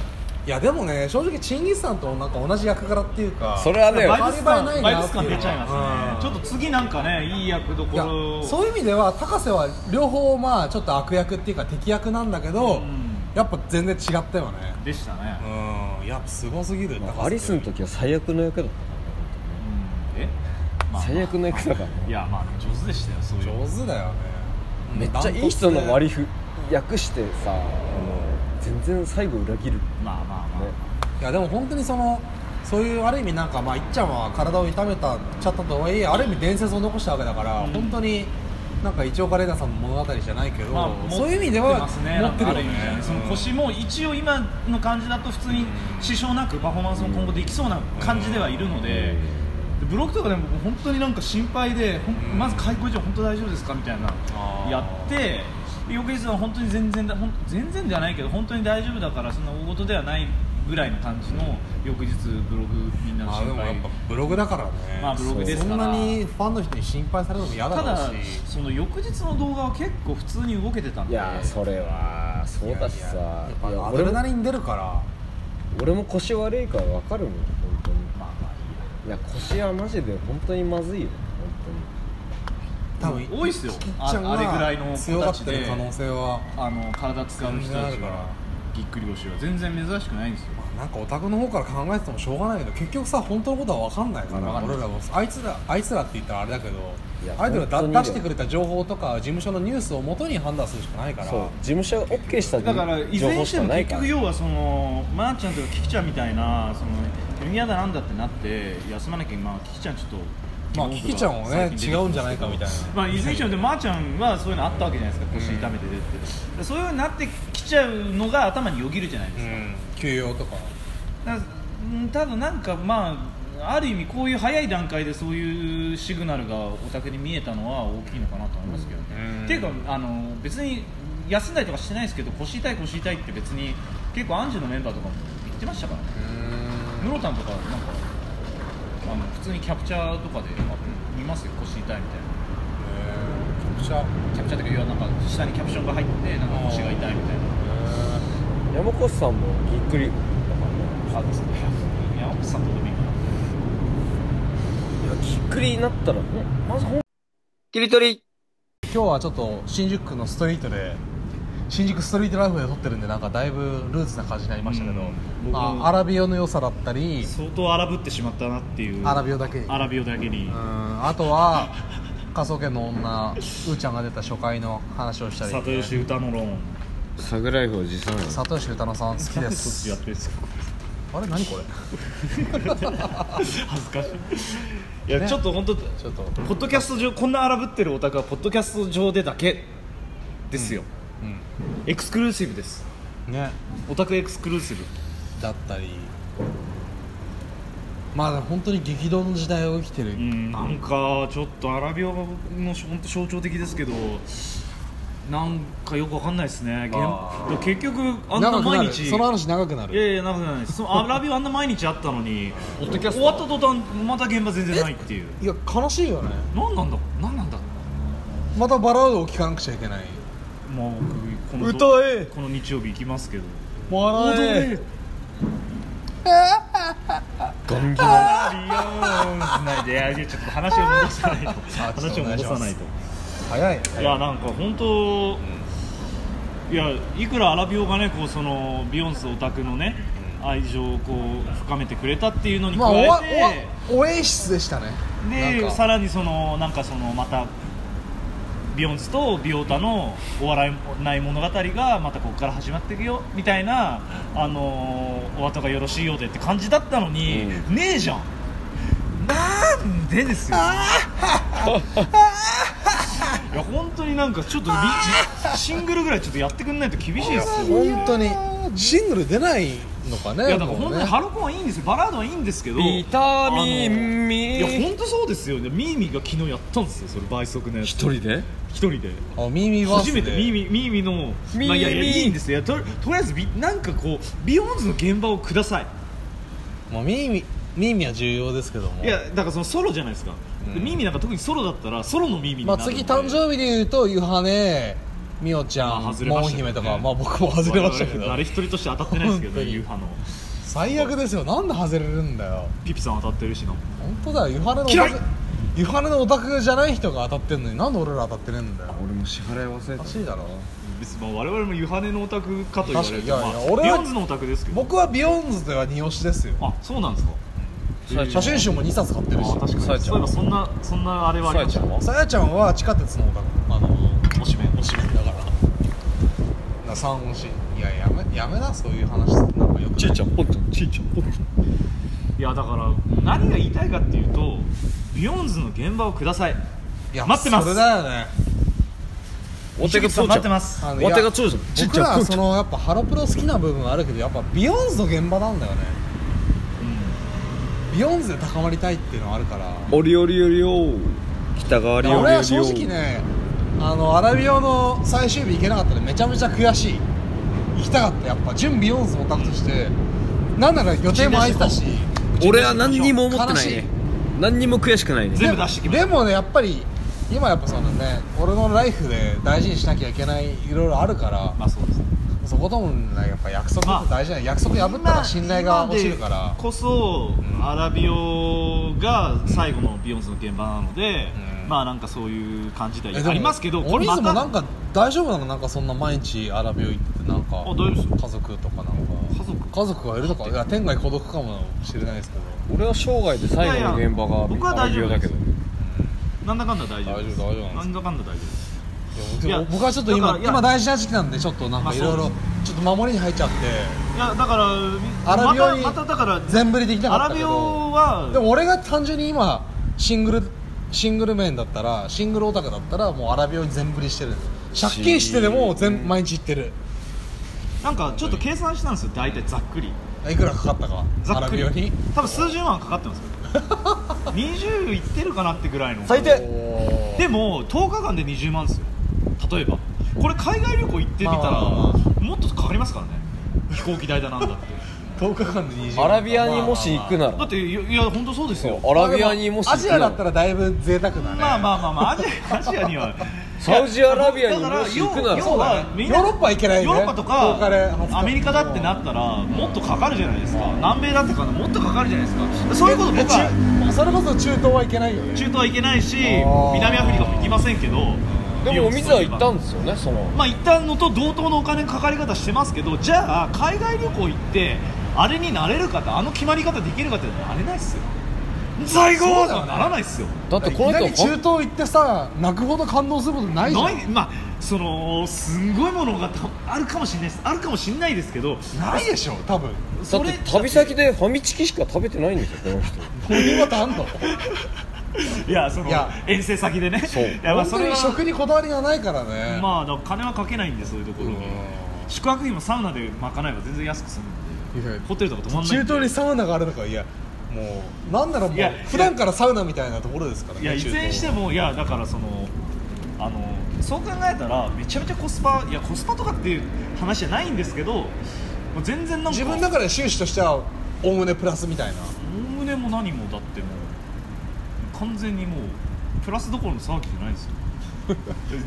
Speaker 1: いやでもね正直チンギスさんとなんか同じ役柄っていうか
Speaker 3: それは
Speaker 2: す
Speaker 3: ね
Speaker 2: ねバイブス感
Speaker 1: バイブス感
Speaker 2: バイブス感出ちゃい
Speaker 1: うん
Speaker 2: ますねちょっと次なんかねいい役どこ
Speaker 1: いや
Speaker 2: ろを
Speaker 1: そういう意味では高瀬は両方まあちょっと悪役っていうか敵役なんだけど、
Speaker 2: ん
Speaker 1: やっぱ全然違ったよね
Speaker 2: でしたね、
Speaker 1: うんいやすごすぎる高瀬
Speaker 3: アリスの時は最悪の役だっ
Speaker 2: うんえ、
Speaker 3: た
Speaker 2: まあ
Speaker 3: 最悪の役だから
Speaker 2: いやまあ上手でしたよそういう
Speaker 1: 上手だよね
Speaker 3: めっちゃいい人の割
Speaker 1: り
Speaker 3: りふ訳してさあの全然最後裏切るね
Speaker 2: まあまあまあ、
Speaker 1: いやでも本当にそのそういうある意味なんかまあいっちゃんは体を痛めたちゃったとはいえある意味伝説を残したわけだから、
Speaker 2: うん
Speaker 1: 本当になんか一岡玲奈さんの物語じゃないけど、
Speaker 2: まあ、
Speaker 1: そういう意味では
Speaker 2: 持
Speaker 1: 持
Speaker 2: っ
Speaker 1: っててるよね
Speaker 2: ますねある意味ではねその腰も一応今の感じだと普通に支障なくパフォーマンスも今後できそうな感じではいるので、でブロックとかでも僕本当になんか心配で、ほん
Speaker 1: うん
Speaker 2: まず開口以上本当大丈夫ですかみたいな
Speaker 1: あー
Speaker 2: やって翌日は本当に全然だほん全然じゃないけど本当に大丈夫だからそんな大事ではないぐらいの感じの翌日ブログみんなの
Speaker 1: まあで
Speaker 2: 心
Speaker 1: もやっ
Speaker 2: 配
Speaker 1: ぱブログだからね、
Speaker 2: まあブログですから
Speaker 1: そんなにファンの人に心配されるのも嫌だ
Speaker 2: た
Speaker 1: ろう
Speaker 2: だ
Speaker 1: し
Speaker 2: その翌日の動画は結構普通に動けてたん
Speaker 3: い
Speaker 2: で
Speaker 3: やそれはそうだしさ
Speaker 1: いやいややっぱ
Speaker 3: いや
Speaker 1: アド
Speaker 3: 俺
Speaker 1: レナ
Speaker 3: も
Speaker 1: リン出るから
Speaker 3: 俺も腰悪いから分かるもん本当に
Speaker 2: まあまあいいや
Speaker 3: いや腰はマジで本当にまずいよ
Speaker 1: 多分
Speaker 2: 多いっすよ
Speaker 1: きっ
Speaker 2: あ
Speaker 1: ちゃんが
Speaker 2: あれぐらいの
Speaker 1: 強がってる可能性は
Speaker 2: あの体使う人たちがぎっくり腰は全然珍しくないんですよ
Speaker 1: なんかオタクの方から考えててもしょうがないけど結局さ本当のことは分かんないから、
Speaker 2: わかんない
Speaker 1: 俺らもあいつらあいつらって言ったらあれだけど
Speaker 3: いや
Speaker 1: アイドル
Speaker 3: 本
Speaker 1: が
Speaker 3: 当に
Speaker 1: 出
Speaker 3: ね
Speaker 1: してくれた情報とか事務所のニュースを元に判断するしかないか
Speaker 3: 本当に
Speaker 1: ら
Speaker 3: そう事務所が OK した
Speaker 2: だからいず
Speaker 3: 情
Speaker 2: れ
Speaker 3: 報
Speaker 2: にし
Speaker 3: してか
Speaker 2: も
Speaker 3: ない
Speaker 2: 結
Speaker 3: から
Speaker 2: 局要はそのまー、ちゃんとかキキちゃんみたいなそのヘルニアだなんだってなって休まなきゃ今キキちゃんちょっと
Speaker 1: まあキキちゃんもね
Speaker 2: 最近出てき
Speaker 1: 違
Speaker 2: てますけど
Speaker 1: うんじゃないかみたいな
Speaker 2: まあ、いずれにしてもでもまー、ちゃんはそういうのあったわけじゃないですか腰痛めて出て、でそういうふうになってきちゃうのが頭によぎるじゃないですか
Speaker 1: うん休養とか
Speaker 2: なうんただなんかまあある意味こういう早い段階でそういうシグナルがお宅に見えたのは大きいのかなと思いますけどね、
Speaker 1: うん
Speaker 2: っていうかあの別に休んだりとかしてないですけど腰痛い腰痛いって別に結構アンジュのメンバーとかも言ってましたからね
Speaker 1: うん
Speaker 2: ムロタンとかなんかあの普通にキャプチャーとかであ見ますよ腰痛いみたいな
Speaker 1: めちゃくちゃ
Speaker 2: キャプチャーとかいうなんか下にキャプションが入ってなんか腰が痛いみたいな
Speaker 3: 山越さんもぎっくり
Speaker 2: あですねいや奥さんとでもいいかない
Speaker 3: やぎっくりになったらねまずほん切り取り
Speaker 1: 今日はちょっと新宿区のストリートで新宿ストリートライフで撮ってるんでなんかだいぶルーツな感じになりましたけど、
Speaker 2: うん僕
Speaker 1: ま
Speaker 2: も
Speaker 1: あ、アラビオの良さだったり
Speaker 2: 相当荒ぶってしまったなっていう
Speaker 1: アラビオだけ
Speaker 2: アラビオだけに、
Speaker 1: うんあとは「科捜研の女」うーちゃんが出た初回の話をしたり
Speaker 2: 里吉歌のローン
Speaker 3: 桜井を持参
Speaker 1: 里吉歌乃さん好きで
Speaker 2: そっち
Speaker 1: す
Speaker 2: やってるんですか
Speaker 1: あれ何これ
Speaker 2: 恥ずかしいいや、
Speaker 1: ね
Speaker 2: ちょっと本当
Speaker 1: ちょっと
Speaker 2: ポッドキャスト上こんな荒ぶってるオタクはポッドキャスト上でだけですよ、エクスクルーシブです
Speaker 1: ね
Speaker 2: オタクエクスクルーシブ
Speaker 1: だったりまあ本当に激動の時代を生きてる、
Speaker 2: うん、なんかちょっとアラビアの本当象徴的ですけどなんかよくわかんないですね現
Speaker 3: あ
Speaker 2: 結局あんな
Speaker 1: 長くな
Speaker 2: 毎
Speaker 1: る
Speaker 2: 日
Speaker 1: その話長くない
Speaker 2: や
Speaker 1: る
Speaker 2: いやなくないですそのアラビアあんな毎日あったのに
Speaker 3: ポッドキャスト
Speaker 2: 終わった途端また現場全然ないっていう
Speaker 1: いや悲しいよね
Speaker 2: なんなんだなんなんだ
Speaker 1: またバラードを聴かなくちゃいけない
Speaker 2: まあ僕この
Speaker 3: 歌え
Speaker 2: この日曜日行きますけど
Speaker 1: 笑
Speaker 2: 踊れ
Speaker 3: ガンギ
Speaker 2: アラビアンないでいやいやちょっと話を戻さないと話を戻さないと
Speaker 1: 早い
Speaker 2: いやなんか本当、いやいくらアラビオがねこうそのビヨンスオタクのね愛情をこう深めてくれたっていうのに
Speaker 1: まあ
Speaker 2: 加
Speaker 1: おわ
Speaker 2: え
Speaker 1: おわオエシスでしたね
Speaker 2: て
Speaker 1: なん
Speaker 2: で
Speaker 1: か
Speaker 2: さらにそのなんかそのまたビヨンスとビオタのお笑いない物語がまたここから始まっていくよみたいなあのーお後がよろしいようでって感じだったのに、
Speaker 3: う
Speaker 2: ねえじゃんなんでですよいや本当になんかちょっとリシングルぐらいちょっとやってくんないと厳しいですよ
Speaker 1: 本当にシングル出ないのかね
Speaker 2: いやだから
Speaker 1: も
Speaker 2: 本
Speaker 1: う
Speaker 2: 当
Speaker 1: ね
Speaker 2: にハロコンはいいんですよバラードはいいんですけど
Speaker 3: ビタミン
Speaker 2: あの
Speaker 3: ミ
Speaker 2: いや本当そうですよねミーミーが昨日やったんですよそれ倍速のやつ
Speaker 3: 一人で
Speaker 2: 一人で
Speaker 1: あミーミーバース
Speaker 2: 初
Speaker 1: デー
Speaker 2: めてミーミーミーミーの
Speaker 3: ミーミー
Speaker 2: まあいやいやいいんですよいやととりあえずビなんかこうビヨーンズの現場をください
Speaker 1: まあミーミーミーミーは重要ですけども
Speaker 2: いやだからそのソロじゃないですか、
Speaker 1: ん
Speaker 2: でミーミーなんか特にソロだったらソロのミーミーに
Speaker 1: ま
Speaker 2: な
Speaker 1: あ
Speaker 2: るんで
Speaker 1: 次誕生日で言うとゆはねみおちゃん、
Speaker 2: まあ外れま
Speaker 1: モン
Speaker 2: したけどね
Speaker 1: 姫とかまあ僕も外れましたけ
Speaker 2: 我
Speaker 1: ど
Speaker 2: 々誰一人として当たってないですけど
Speaker 1: 本当に
Speaker 2: ユーハの
Speaker 1: 最悪ですよなんで外れるんだよ
Speaker 2: ピピさん当たってるしな
Speaker 1: 本当だよゆはねの
Speaker 2: 嫌い
Speaker 1: ゆはねのオタクじゃない人が当たってんのになんで俺ら当たってねえんだよ
Speaker 3: 俺も支払い忘れ
Speaker 1: お
Speaker 3: た
Speaker 1: かしいだろ
Speaker 2: 別にまあ我々もユハネのオタクかと言われる
Speaker 1: 確
Speaker 2: と
Speaker 1: かにいやいや俺は
Speaker 2: ビヨンズのオタクですけど
Speaker 1: 僕はビヨーンズでは二押しですよ
Speaker 2: あそうなんですか
Speaker 1: 写真集も2冊買ってるし
Speaker 2: あ確かに
Speaker 3: さ
Speaker 2: そ
Speaker 3: やちゃん
Speaker 2: ういえばそんなそんなあれはありました
Speaker 1: さやちゃんは地下鉄のオタクあの
Speaker 2: おしめおしめ
Speaker 1: だからな三押しいややめやめなそういう話なんかよく
Speaker 3: ちいちゃんポンちゃんちいちゃんポンち
Speaker 2: いやだから何が言いたいかっていうとビヨンズの現場をください
Speaker 1: いや
Speaker 2: 待ってます
Speaker 1: それだよね
Speaker 3: ゃんお手が
Speaker 2: さ
Speaker 3: そ
Speaker 2: ん
Speaker 3: うちゃ
Speaker 2: 待
Speaker 3: ん
Speaker 2: ってます
Speaker 1: あの
Speaker 3: お手が
Speaker 1: いや
Speaker 3: そうじゃんちい
Speaker 1: 僕
Speaker 3: ち
Speaker 1: らは
Speaker 3: ゃんポンち
Speaker 1: そ
Speaker 3: ゃん
Speaker 1: のやっぱハロプロ好きな部分はあるけどやっぱビヨンズの現場なんだよねビヨンズで高まりたいっていうのはあるから
Speaker 3: オリオリオリオ北川リオリオリオ
Speaker 1: 俺は正直ねあのアラビオの最終日行けなかったのでめちゃめちゃ悔しい行きたかったやっぱ準ビヨンズのオタクとしてなんなら予定も空いてたし
Speaker 3: 俺は何にも思ってない
Speaker 1: 悲し
Speaker 3: ね
Speaker 1: い
Speaker 3: 何にも悔しくないね
Speaker 2: 全部出してきまし
Speaker 1: でもねやっぱり今やっぱそのね俺のライフで大事にしなきゃいけないいろいろあるから
Speaker 2: まあそうです
Speaker 1: そこともねやっぱ約束って大事な約束破ったら信頼が落ちるから
Speaker 2: 今でこそアラビオが最後のビヨンズの現場なので、
Speaker 1: うん
Speaker 2: まあなんかそういう感じで
Speaker 1: えで
Speaker 2: は
Speaker 1: も
Speaker 2: ありますけど
Speaker 1: お
Speaker 2: これ
Speaker 1: 水も
Speaker 2: また
Speaker 1: なんか大丈夫なのなんかそんな毎日アラビオ行ってなんか
Speaker 2: あ大丈夫ですよ
Speaker 1: 家族とかなんか
Speaker 2: 家族
Speaker 1: 家族がいるとかいや天外孤独かもしれないですけど
Speaker 3: 俺は生涯で最後
Speaker 2: い
Speaker 3: の現場
Speaker 2: やいや僕は大
Speaker 3: がアラ
Speaker 2: 丈
Speaker 3: ビ
Speaker 2: 夫
Speaker 3: オだけど
Speaker 2: なんだかんだ大丈夫です
Speaker 1: 大丈夫大丈夫
Speaker 2: なんだかんだ大丈夫です
Speaker 1: いや
Speaker 2: いや
Speaker 1: 僕はちょっと
Speaker 2: だ
Speaker 1: 今
Speaker 2: からいや
Speaker 1: 今大事な時期なんでちょっとなん
Speaker 2: まあ
Speaker 1: かい
Speaker 2: そうで
Speaker 1: ろ
Speaker 2: す
Speaker 1: いろちょっと守りに入っちゃって
Speaker 2: いやだから
Speaker 1: アラビオに
Speaker 2: またまただから
Speaker 1: 全振りできなか
Speaker 2: ア
Speaker 1: った
Speaker 2: ラ
Speaker 1: け
Speaker 2: ビオ
Speaker 1: ど
Speaker 2: は
Speaker 1: でも俺が単純に今シングルシングル面だったらシングルオタクだったらもうアラビオに全振りしてる借金してでも全毎日行ってる
Speaker 2: なんかちょっと計算したんですよ大体ざっくり
Speaker 1: いくらかかったか
Speaker 2: ざ
Speaker 1: ア
Speaker 2: っ
Speaker 1: ラ
Speaker 2: く
Speaker 1: ビ
Speaker 2: り
Speaker 1: オに
Speaker 2: 多分数十万かか
Speaker 1: (laughs)
Speaker 2: ってますよ20いってるかなってぐらいの
Speaker 1: おー
Speaker 2: でも10日間で20万ですよ例えばこれ海外旅行行ってみたら、
Speaker 1: まあまあま
Speaker 2: もっとかかりますからね飛行機代だな
Speaker 1: (laughs)
Speaker 2: んだって
Speaker 1: 10日間で20
Speaker 3: アラビアにもし行くな
Speaker 2: だっ
Speaker 3: ら
Speaker 2: ていやいや本当そうですよ
Speaker 3: アラビアにもし行
Speaker 1: ア
Speaker 3: く
Speaker 1: ジア
Speaker 3: な
Speaker 1: だった
Speaker 3: ら
Speaker 1: らだいぶ贅沢だね
Speaker 2: まあまあまあまあアジアアジアに
Speaker 1: (laughs)
Speaker 2: は
Speaker 3: サウジアラビアに
Speaker 2: だから
Speaker 3: もし行くな
Speaker 2: 要
Speaker 3: ら
Speaker 2: 要はみんな
Speaker 1: ヨーロッパ行けないね
Speaker 2: ヨーロッパと
Speaker 1: 10日で20日
Speaker 2: かアメリカだってなったらもっとかかるじゃないですか南米だってかなもっとかかるじゃないですかそういうこと僕は
Speaker 1: 中それこそ中東はいけないよね
Speaker 2: 中東は行けないし
Speaker 1: ー
Speaker 2: 南アフリカも行きませんけど
Speaker 3: でもお水は行った
Speaker 2: ん
Speaker 3: んですよねその
Speaker 2: まあ行ったのと同等のお金のかかり方してますけどじゃあ海外旅行行ってあれになれる方あの決まり方できる方ってなれないっすよ在庫
Speaker 1: そうだよ
Speaker 2: は
Speaker 1: ね
Speaker 2: ならないっすよ
Speaker 3: だってこの
Speaker 1: いきな
Speaker 3: 人
Speaker 1: り中東行ってさ泣くほど感動することないじゃん
Speaker 2: ないまあそのすんごいものがたあるかもしれないですあるかもしれないですけど
Speaker 1: ないでしょ (laughs) 多分
Speaker 3: だ
Speaker 2: そ
Speaker 3: っ
Speaker 2: れ
Speaker 3: て旅先でファミチキしか食べてないんですよこの人
Speaker 1: こういうことあんの
Speaker 2: いやその
Speaker 1: いや
Speaker 2: 遠征先でね
Speaker 3: そう
Speaker 2: いやま
Speaker 1: 本
Speaker 2: あそ
Speaker 1: 当
Speaker 2: れ
Speaker 1: に
Speaker 2: は
Speaker 1: 食にこだわりがないからね
Speaker 2: まあだから金はかけないんでそういうところに宿泊費もサウナで賄えば全然安く済むんで
Speaker 1: いや
Speaker 2: ホテルとか泊まんない
Speaker 1: 中東にサウナがあるのかいやもうなんだろうも
Speaker 2: いや
Speaker 1: う普段からサウナみたいなところですから
Speaker 2: いや
Speaker 1: ね
Speaker 2: いず
Speaker 1: 中
Speaker 2: れに
Speaker 1: 東
Speaker 2: してもいやだからそのあのそう考えたらめちゃめちゃコスパいやコスパとかっていう話じゃないんですけどもう全然なんか
Speaker 1: 自分の中で収支としてはおおむねプラスみたいな
Speaker 2: おおむねも何もだってもう完全にもうプラスどころの騒ぎじゃな
Speaker 1: (laughs)
Speaker 2: いですよ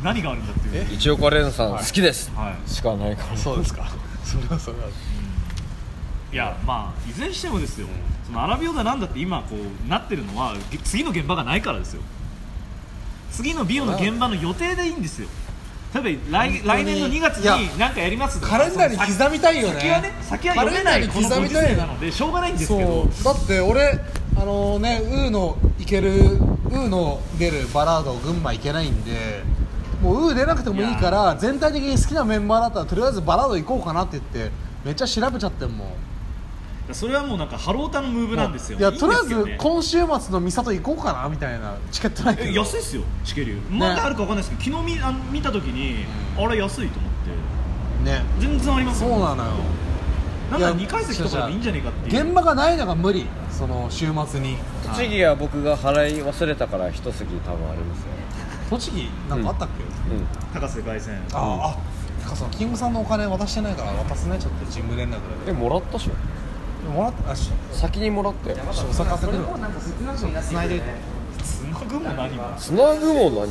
Speaker 2: 何があるんだっていう
Speaker 1: え
Speaker 3: 一岡蓮さん好きです
Speaker 2: はい
Speaker 3: しかないから
Speaker 1: そうですか (laughs) それはそれはい
Speaker 2: やまあいずれにしてもですよ、そのアラビオだなんだって今こうなってるのはげ次の現場がないからですよ次のビオの現場の予定でいいんですよ例えば来来年の2月
Speaker 1: いや
Speaker 2: に何かやりますとか
Speaker 1: カレンダーに刻みたいよね
Speaker 2: 先はね先は読めないこ
Speaker 1: カレン
Speaker 2: の
Speaker 1: ダー
Speaker 2: ご
Speaker 1: に刻
Speaker 2: 時
Speaker 1: みたい
Speaker 2: 世なのでしょうがないんですけ
Speaker 1: そ
Speaker 2: ど
Speaker 1: うだって俺あのねウーのいけるウーの出るバラード群馬いけないんでもうウー出なくてもいいから全体的に好きなメンバーだったらとりあえずバラード行こうかなって言ってめっちゃ調べちゃってんもん
Speaker 2: それはもうなんかハロータのムーブなんですよ
Speaker 1: いやとりあえ
Speaker 2: いいん
Speaker 1: ず
Speaker 2: ですよね
Speaker 1: 今週末の三里行こうかなみたいなチケットないけ
Speaker 2: え
Speaker 1: ど
Speaker 2: 安いっすよチケリュまだあるかわかんないですけど昨日見あの見た時に、あれ安いと思って
Speaker 1: ね
Speaker 2: 全然あります
Speaker 1: そう
Speaker 2: よ
Speaker 1: なのよ
Speaker 2: なんなら2階席とかでもいいんじゃないかっていう
Speaker 1: 現場がないのが無理その週末に
Speaker 3: 栃木は僕が払い忘れたから一席多分ありますよ、
Speaker 1: 栃木なんかあったっけ、
Speaker 3: うん、
Speaker 2: 高瀬凱旋
Speaker 1: あああなんかそのキングさんのお金渡してないから渡すねちょっと事務連絡で
Speaker 3: えもらったっしょ
Speaker 1: でももらったあし
Speaker 3: 先にもらったよ
Speaker 1: 小坂さんにもつないで
Speaker 2: つなぐも何も
Speaker 3: つなぐも何も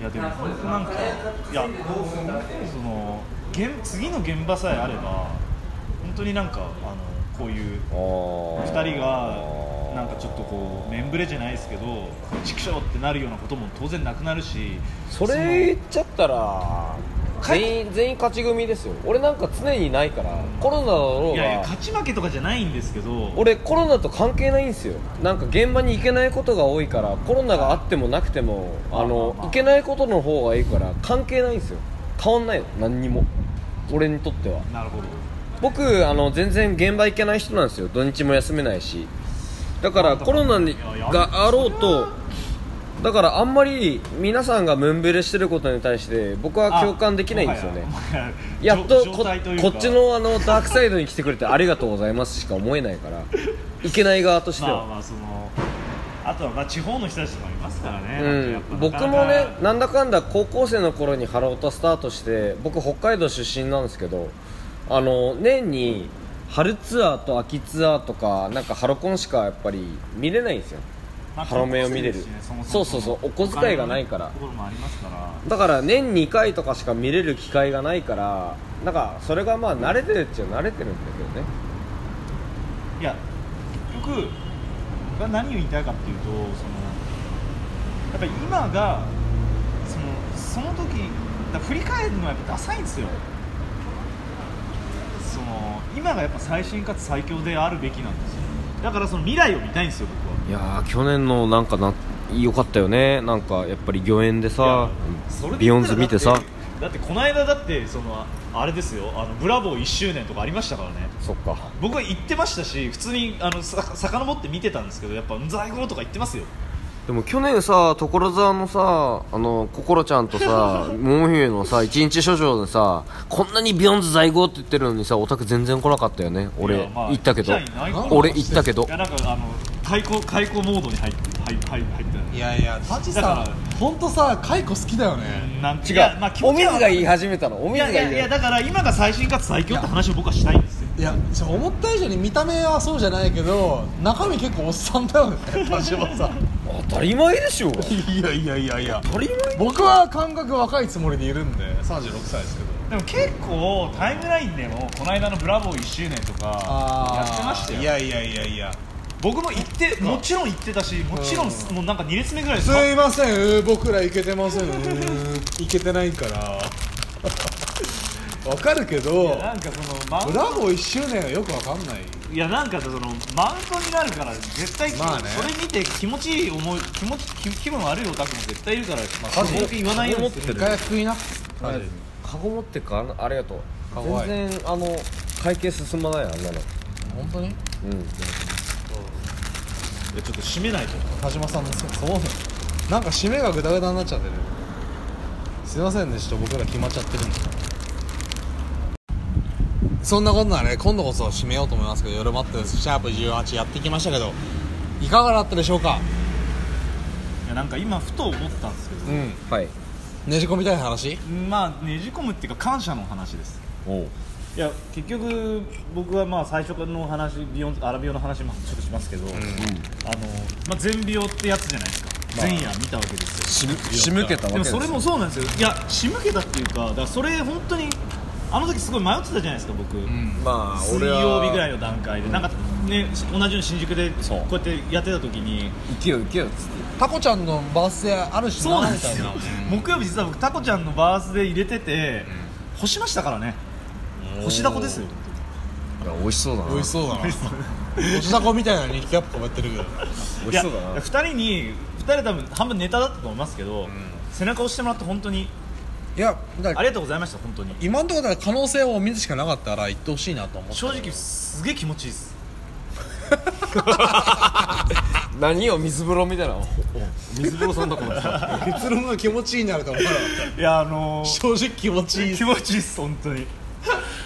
Speaker 2: いやでも本当なんかいやその現次の現場さえあれば本当になんかあのこういう
Speaker 3: あ
Speaker 2: 2人がなんかちょっとこう面ぶれじゃないですけど畜生ってなるようなことも当然なくなるし
Speaker 3: それ言っちゃったら全員全員勝ち組ですよ俺なんか常にないからコロナだろ
Speaker 2: そうのい
Speaker 3: が
Speaker 2: やいや勝ち負けとかじゃないんですけど
Speaker 3: 俺コロナと関係ないんですよなんか現場に行けないことが多いからコロナがあってもなくてもあの行けないことの方がいいから関係ないんですよ変わんないの何にも俺にとっては
Speaker 2: なるほど
Speaker 3: 僕あの全然現場行けない人なんですよ土日も休めないしだからコロナにがあろうとだからあんまり皆さんがムンベレしてることに対して僕は共感できないんですよね
Speaker 2: あもはやもは
Speaker 3: やっと
Speaker 2: 状
Speaker 3: こ
Speaker 2: 状態というか
Speaker 3: こっちのあのダークサイドに来てくれてありがとうございますしか思えない
Speaker 2: (laughs)
Speaker 3: からいけない側として
Speaker 2: まあ
Speaker 3: は、
Speaker 2: まあそのあとはまあ地方の人たちとかいますからね、
Speaker 3: うん
Speaker 2: なん、かやっ
Speaker 3: 僕
Speaker 2: ぱなかな
Speaker 3: も
Speaker 2: か
Speaker 3: ねなんだかんだ高校生の頃にハロータスタートして僕北海道出身なんですけどあの年に春ツアーと秋ツアーとかなんかハロコンしかやっぱり見れないんですよ
Speaker 2: まあ
Speaker 3: ハロメを見れる
Speaker 2: 高校生ですしねも
Speaker 3: そう
Speaker 2: も
Speaker 3: そうそうお小遣いがないから
Speaker 2: お金のところもありますから
Speaker 3: だから年2回とかしか見れる機会がないからなんかそれがまあ慣れてるっちゃ慣れてるんだけどね
Speaker 2: いや結局僕が何を言いたいかっていうとそのやっぱり今がそのその時だから振り返るのはやっぱダサいんですよその今がやっぱ最新かつ最強であるべきなんですよだからその未来を見たいんですよ僕はい
Speaker 3: やー去年のなんかな良かったよねなんかやっぱり御苑でさ
Speaker 2: それで
Speaker 3: ビヨ
Speaker 2: 言
Speaker 3: ン
Speaker 2: った
Speaker 3: ズ
Speaker 2: ら
Speaker 3: 見てさ
Speaker 2: だってだってこの間だってそのあれですよあのブラボー1周年とかありましたからね
Speaker 3: そっか
Speaker 2: 僕は行ってましたし普通にあのさ遡って見てたんですけどやっぱ在庫とか言ってますよ
Speaker 3: でも去年さ所沢のさあの心ちゃんとさ
Speaker 2: (laughs)
Speaker 3: 桃姫のさ一日所長でさこんなにビヨンズ在庫って言ってるのにさオタク全然来なかったよね
Speaker 2: い
Speaker 3: 俺
Speaker 2: やまあ
Speaker 3: 行ったけど
Speaker 2: じゃあいないか
Speaker 3: 俺行ったけど
Speaker 2: いやなんかあの開口開口モードに入って入って入って入ってない
Speaker 1: いやいやタチ
Speaker 2: だ
Speaker 1: さ
Speaker 2: か
Speaker 1: ん本当さ解雇好きだよね
Speaker 2: なん
Speaker 3: 違
Speaker 2: いうやまあ気持
Speaker 3: お
Speaker 2: ちは
Speaker 3: 水が言い始めたのお
Speaker 2: い
Speaker 3: 水が
Speaker 2: やい
Speaker 3: 言い
Speaker 2: やい
Speaker 3: 始め
Speaker 2: や
Speaker 3: た
Speaker 2: だから今が最新かつ最強って話を僕はしたいんですよ
Speaker 1: いやじゃあ思った以上に見た目はそうじゃないけど中身結構おっさんだよね田島さん
Speaker 3: 当たり前でしょ
Speaker 1: いやいやいやいや
Speaker 3: 当たり前
Speaker 1: 僕は感覚若いつもりでいるんで36歳ですけど
Speaker 2: でも結構タイムラインでもこの間の「ブラボー」1周年とかやってましたよ
Speaker 1: いやいやいやいや
Speaker 2: 僕も行ってもちろん行ってたしもちろんもうなんか2列目ぐらいですす
Speaker 1: いませんうー僕らいけてませんうーいけてないから (laughs) わかるけど
Speaker 2: なんかそのマウン
Speaker 1: ブラボー1周年はよくわかんない
Speaker 2: いやなんかそのマウントになるから絶対、
Speaker 1: まあね
Speaker 2: それ見て気持ちいい思い気持ち気気分悪いオタクも絶対いるから、まあ、僕言わないようにする
Speaker 1: 一回食いなマジで
Speaker 3: カゴ持ってっかあありがとう
Speaker 1: カゴはい
Speaker 3: 全然あの会計進まないあんなの
Speaker 1: 本当に
Speaker 3: うん
Speaker 2: いやちょっと締めないと
Speaker 1: 田島さんのそそうなのなんか締めがグダグダになっちゃってるすいませんねちょっと僕ら決まっちゃってるんでそんなことならね今度こそ締めようと思いますけど夜マットですシャープ18やってきましたけどいかがだったでしょうか
Speaker 2: いやなんか今ふと思ったんですけど
Speaker 1: うん
Speaker 3: はい
Speaker 1: ねじ込みたい話
Speaker 2: まあねじ込むっていうか感謝の話です
Speaker 3: おう
Speaker 2: いや結局僕はまあ最初の話ビヨンアラビオの話もちょっとしますけど、あのまあ、全ビオってやつじゃないですか、前夜見たわけですよ
Speaker 3: しむしむけたわ
Speaker 2: で
Speaker 3: け
Speaker 2: も
Speaker 3: です
Speaker 2: それもそうなんですよいや仕向けたっていうかだからそれ本当にあの時すごい迷ってたじゃないですか僕、
Speaker 3: まあ
Speaker 2: 水
Speaker 3: 俺は
Speaker 2: 曜日ぐらいの段階で、なんかね同じように新宿で
Speaker 3: そう
Speaker 2: こうやってやってた時に
Speaker 3: 行けよ行けよっつって
Speaker 1: タコちゃんのバースデーあるし
Speaker 2: そうなんですよ (laughs) 木曜日実は僕タコちゃんのバースで入れてて、干しましたからね干しだこですよ
Speaker 3: いや美味しそうだな
Speaker 1: 美味しそうだなおしだこみたいな日記アップもやってるけど
Speaker 2: い
Speaker 3: 美味
Speaker 2: や
Speaker 3: しそうだな
Speaker 2: 2人に2人多分半分ネタだったと思いますけど、背中押してもらって本当に
Speaker 1: いやだか
Speaker 2: あ
Speaker 1: ら
Speaker 2: りがとうございました本当に
Speaker 1: 今のところだから可能性を見るしかなかったから言ってほしいなと思って
Speaker 2: 正直すげえ気持ちいいです
Speaker 3: 何よ水風呂みたいなおお水風呂さんだこの人
Speaker 1: 結論が気持ちいいなると思うから
Speaker 2: いやあのー
Speaker 1: 正直気持ちいいっす
Speaker 2: 気持ちいいです本当に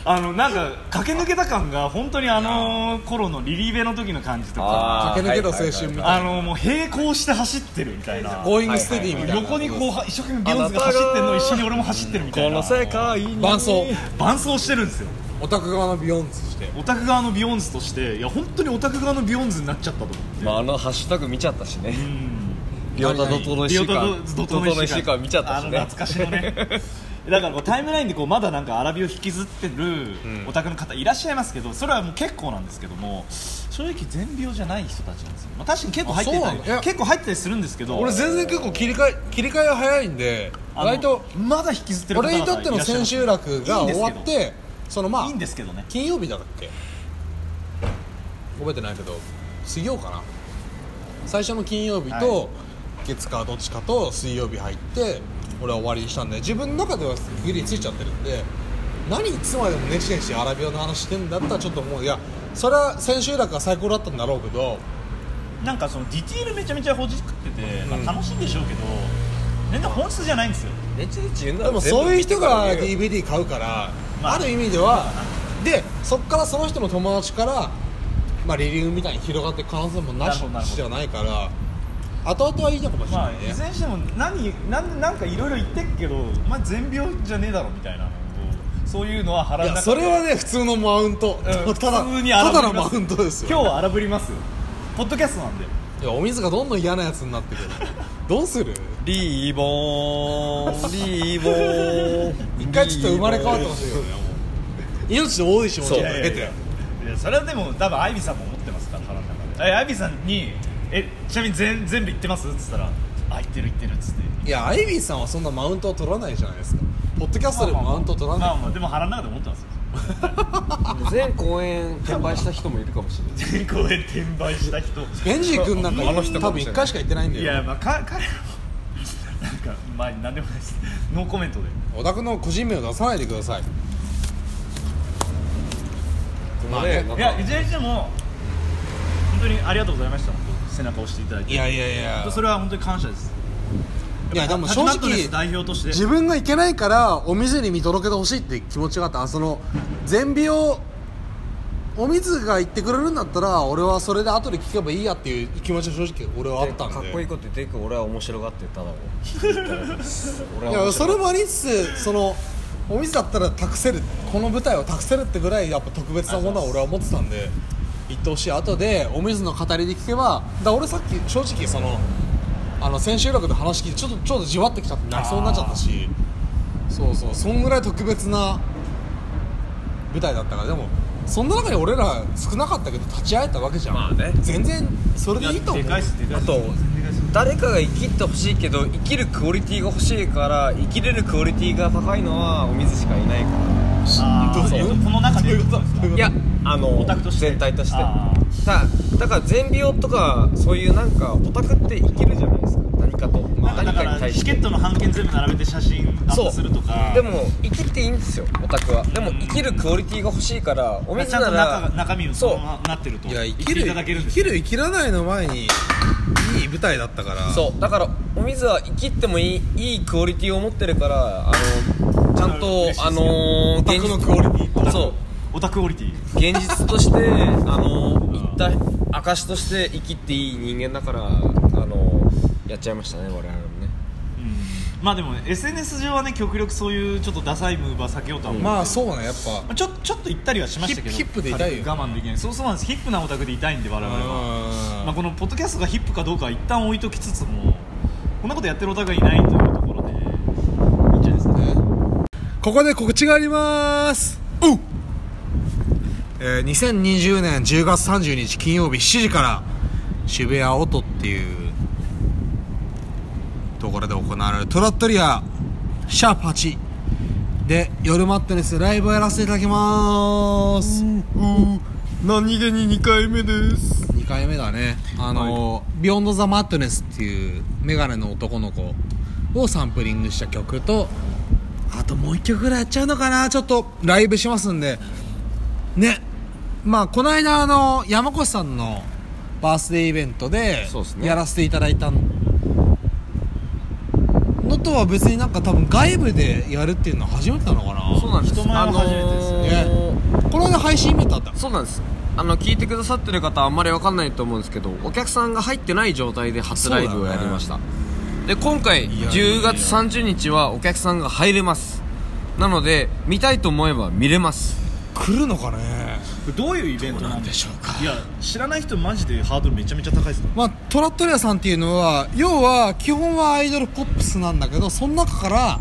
Speaker 2: あのなんか駆け抜けた感が本当にあの頃のリリーベの時の感じとか
Speaker 3: あー
Speaker 1: 駆け抜けた青春みたいな
Speaker 2: あのもう並行して走ってるみたいな
Speaker 1: ゴーイングステディみたいな
Speaker 2: 横にこう一生懸命ビヨンズが走ってるのを一緒に俺も走ってるみたいな
Speaker 3: 界に
Speaker 1: 伴奏
Speaker 2: 伴走してるんですよ
Speaker 1: オタク側のビヨンズして
Speaker 2: オタク側のビヨンズとしていや本当にオタク側のビヨンズになっちゃったと思って
Speaker 3: まああのハッシュタグ見ちゃったしね
Speaker 1: ん
Speaker 3: リオタドトの
Speaker 2: リ
Speaker 3: 石
Speaker 2: オタド
Speaker 3: 川
Speaker 2: ドトの石
Speaker 3: 川
Speaker 2: 川
Speaker 3: 見ちゃったしね
Speaker 2: あの懐かしのね (laughs) だからこうタイムラインでこうまだなんかアラビを引きずってるオタクの方いらっしゃいますけどそれはもう結構なんですけども正直全病じゃない人たちなんですよ、まあ、確かに結構入って
Speaker 1: あ
Speaker 2: た
Speaker 1: そうなのいや
Speaker 2: り結構入ってたりするんですけど
Speaker 1: 俺全然結構切り替え切り替えが早いんで
Speaker 2: あ
Speaker 1: 意
Speaker 2: の
Speaker 1: 外と
Speaker 2: まだ引きずってる方々
Speaker 1: 俺にとっての千秋楽が終わっ
Speaker 2: い
Speaker 1: てそのまあ
Speaker 2: いんですけどね
Speaker 1: 金曜日だっけ覚えてないけど水曜かな最初の金曜日
Speaker 2: は
Speaker 1: と月かどっちかと水曜日入って俺は終わりにしたんで自分の中ではギリついちゃってるんで何いつまでもねちねちアラビアの話してんだったらちょっと思ういやそれは千秋楽が最高だったんだろうけど
Speaker 2: なんかそのディティールめちゃめちゃほじくってて、ま
Speaker 1: うん
Speaker 2: あ、楽しいんでしょうけど全然本質じゃないんですよ
Speaker 3: ねちねち言う
Speaker 1: で
Speaker 3: なら
Speaker 1: も
Speaker 3: 全部
Speaker 1: そういう人が
Speaker 3: 見てから言えよ
Speaker 1: DVD 買うから、
Speaker 2: まあ
Speaker 1: ある意味では、でそっからその人の友達から、まあ、リリーフみたいに広がっていく可能性もなし
Speaker 2: なるほどなるほど
Speaker 1: じゃないから後々はいいのかもしれ
Speaker 2: ま
Speaker 1: な
Speaker 2: あ、
Speaker 1: い
Speaker 2: いず
Speaker 1: ね、
Speaker 2: れにしても何なんなんかいろいろ言ってっけど、まあ、全病じゃねえだろみたいなそういうのは腹
Speaker 1: い
Speaker 2: の
Speaker 1: や
Speaker 2: 中
Speaker 1: それはね普通のマウント、
Speaker 2: う
Speaker 1: (laughs)
Speaker 2: ん
Speaker 1: ただ
Speaker 2: 普通に
Speaker 1: た
Speaker 2: 荒ぶ
Speaker 1: だ
Speaker 2: り
Speaker 1: の
Speaker 2: ま
Speaker 1: マ
Speaker 2: す
Speaker 1: ウントです
Speaker 2: 今
Speaker 1: よ
Speaker 2: 日は荒ぶりますよポッドキャストなんで
Speaker 1: いやお水がどんどん嫌なやつになってくるどうする
Speaker 3: リーボーンリーボーン
Speaker 1: 一回ちょっと生まれ変わってほしいよねもう命の多いしもちょっと
Speaker 3: そう
Speaker 1: 経
Speaker 2: い
Speaker 1: て
Speaker 2: やいやそれはでも多分アイビーさんも思ってますから腹の中でえアイビーさんに「えちなみに全全部言ってます?」っつったら「あ言ってる言ってる」っつって
Speaker 1: いやアイビーさんはそんなマウントを取らないじゃないですかポッドキャストでもマウントを取ら
Speaker 2: ま
Speaker 1: な
Speaker 2: あまあでも腹の中で思ってます
Speaker 1: (laughs)
Speaker 2: よ
Speaker 3: 全公演転売した人もいるかもしれない
Speaker 2: 全公演転売した人
Speaker 1: いエンジー君なんか
Speaker 3: あの人か
Speaker 1: 多
Speaker 3: も
Speaker 1: 分
Speaker 3: しれない
Speaker 1: 一回しか行ってないんだよ
Speaker 2: いやまあか (laughs) 彼らもなんかまあ何でもないですノーコメントで
Speaker 1: お宅の個人名を出さないでくださいまあね
Speaker 3: なん
Speaker 2: い
Speaker 3: か
Speaker 2: やいずれにしても本当にありがとうございました本当背中を押していただいて
Speaker 1: いやいやいや
Speaker 2: 本当それは本当に感謝です
Speaker 1: いやでも正
Speaker 2: タッチマットネス
Speaker 1: 直
Speaker 2: 代表として
Speaker 1: 自分が行けないからお水に見届けてほしいって気持ちがあったその全美をお水が言ってくれるんだったら俺はそれで後で聞けばいいやっていう気持ちが正直俺はあったんで
Speaker 3: かっこいいこと言ってるけど俺は面白がってただろ俺
Speaker 1: いやそ
Speaker 3: 面白
Speaker 1: れ
Speaker 3: がっ
Speaker 1: もありつつそのお水だったら託せるこの舞台を託せるってぐらいやっぱ特別なものは俺は思ってたんで言ってほしい後でお水の語りで聞けばだから俺さっき正直そのあの千秋楽で話聞いてちょっとちょっとじわってきちゃって泣きそうになっちゃったしそうそうそんぐらい特別な舞台だったからでもそんな中に俺ら少なかったけど立ち会えたわけじゃん、
Speaker 3: まあね
Speaker 1: 全然それでいいと思う
Speaker 2: でかいっすでかいっす
Speaker 3: あと
Speaker 2: 全然でかいっす
Speaker 3: 誰かが生きってほしいけど生きるクオリティが欲しいから生きれるクオリティが高いのはお水しかいないから
Speaker 2: あー
Speaker 1: どうぞ
Speaker 2: えっとこの中で
Speaker 1: どういうことどういうこと
Speaker 3: いやあの
Speaker 2: オタクとして
Speaker 3: 全体として
Speaker 2: あ
Speaker 3: だだから全美容とかそういうなんかオタクって生きるじゃないですか何かと、
Speaker 2: なんかだか
Speaker 3: 何かに
Speaker 2: ら
Speaker 3: 対して
Speaker 2: チケットの半券全部並べて写真アップするとか
Speaker 3: でも生きていいんですよオタクはでも生きるクオリティが欲しいからお
Speaker 2: ち
Speaker 3: 水
Speaker 2: ゃん
Speaker 3: な
Speaker 2: と中
Speaker 3: ら
Speaker 2: 中身を
Speaker 3: そ
Speaker 2: そうのままなってると
Speaker 1: いや生
Speaker 2: 言
Speaker 1: き
Speaker 2: って
Speaker 1: る
Speaker 2: いただけるん
Speaker 1: 生
Speaker 2: です
Speaker 1: きる生きらないの前にいい舞台だったから
Speaker 3: そうだからお水は生きってもいいいいクオリティを持ってるからあのちゃんと
Speaker 2: 嬉しいです
Speaker 3: あ
Speaker 2: ね
Speaker 3: の
Speaker 1: オタクのクオリティ
Speaker 3: そう
Speaker 2: オオタクオリティ
Speaker 3: 現実としてあの言った証として生きていい人間だからあのやっちゃいましたね我々もね
Speaker 2: まあでも、ね、SNS 上はね極力そういうちょっとダサいムーブは避けようとは思う、
Speaker 1: まあそうねやっぱ
Speaker 2: まあちょちょっと行ったりはしましたけど
Speaker 1: ヒップヒップで痛いよ
Speaker 2: 軽く我慢できないそうそうなんですヒップなオタクで痛いんで我々は、まあ、
Speaker 1: う
Speaker 2: このポッドキャストがヒップかどうかは一旦置いときつつもこんなことやってるオタクがいないというところでいいんじゃないですか
Speaker 1: んねここで告知がありますうえー、2020年10月30日金曜日7時から渋谷音っていうところで行われるトラットリアシャープ8で夜マットネスライブをやらせていただきます
Speaker 3: 何気に2回目です
Speaker 1: 2回目だねあの、ビヨンド・ザ・マットネスっていうメガネの男の子をサンプリングした曲とあともう1曲ぐらいやっちゃうのかなちょっとライブしますんでねまあこの間あの山越さんのバースデーイベントで
Speaker 3: そうっすね
Speaker 1: やらせていただいたのとは別になんか多分外部でやるっていうのは初めてなのかな
Speaker 3: そうなんです
Speaker 2: 人前は初めてです
Speaker 1: ね
Speaker 3: あのー
Speaker 1: この間配信イベントあった
Speaker 3: そうなんですあの聞いてくださってる方あんまりわかんないと思うんですけどお客さんが入ってない状態で初ライブをやりました、で今回
Speaker 1: いやいやいや
Speaker 3: 10月30日はお客さんが入れますなので見たいと思えば見れます
Speaker 1: 来るのかね
Speaker 2: これどういうイベントなん
Speaker 1: でしょうか
Speaker 2: いや知らない人マジでハードルめちゃめちゃ高いです
Speaker 1: まあ、トラットリアさんっていうのは要は基本はアイドルポップスなんだけどその中から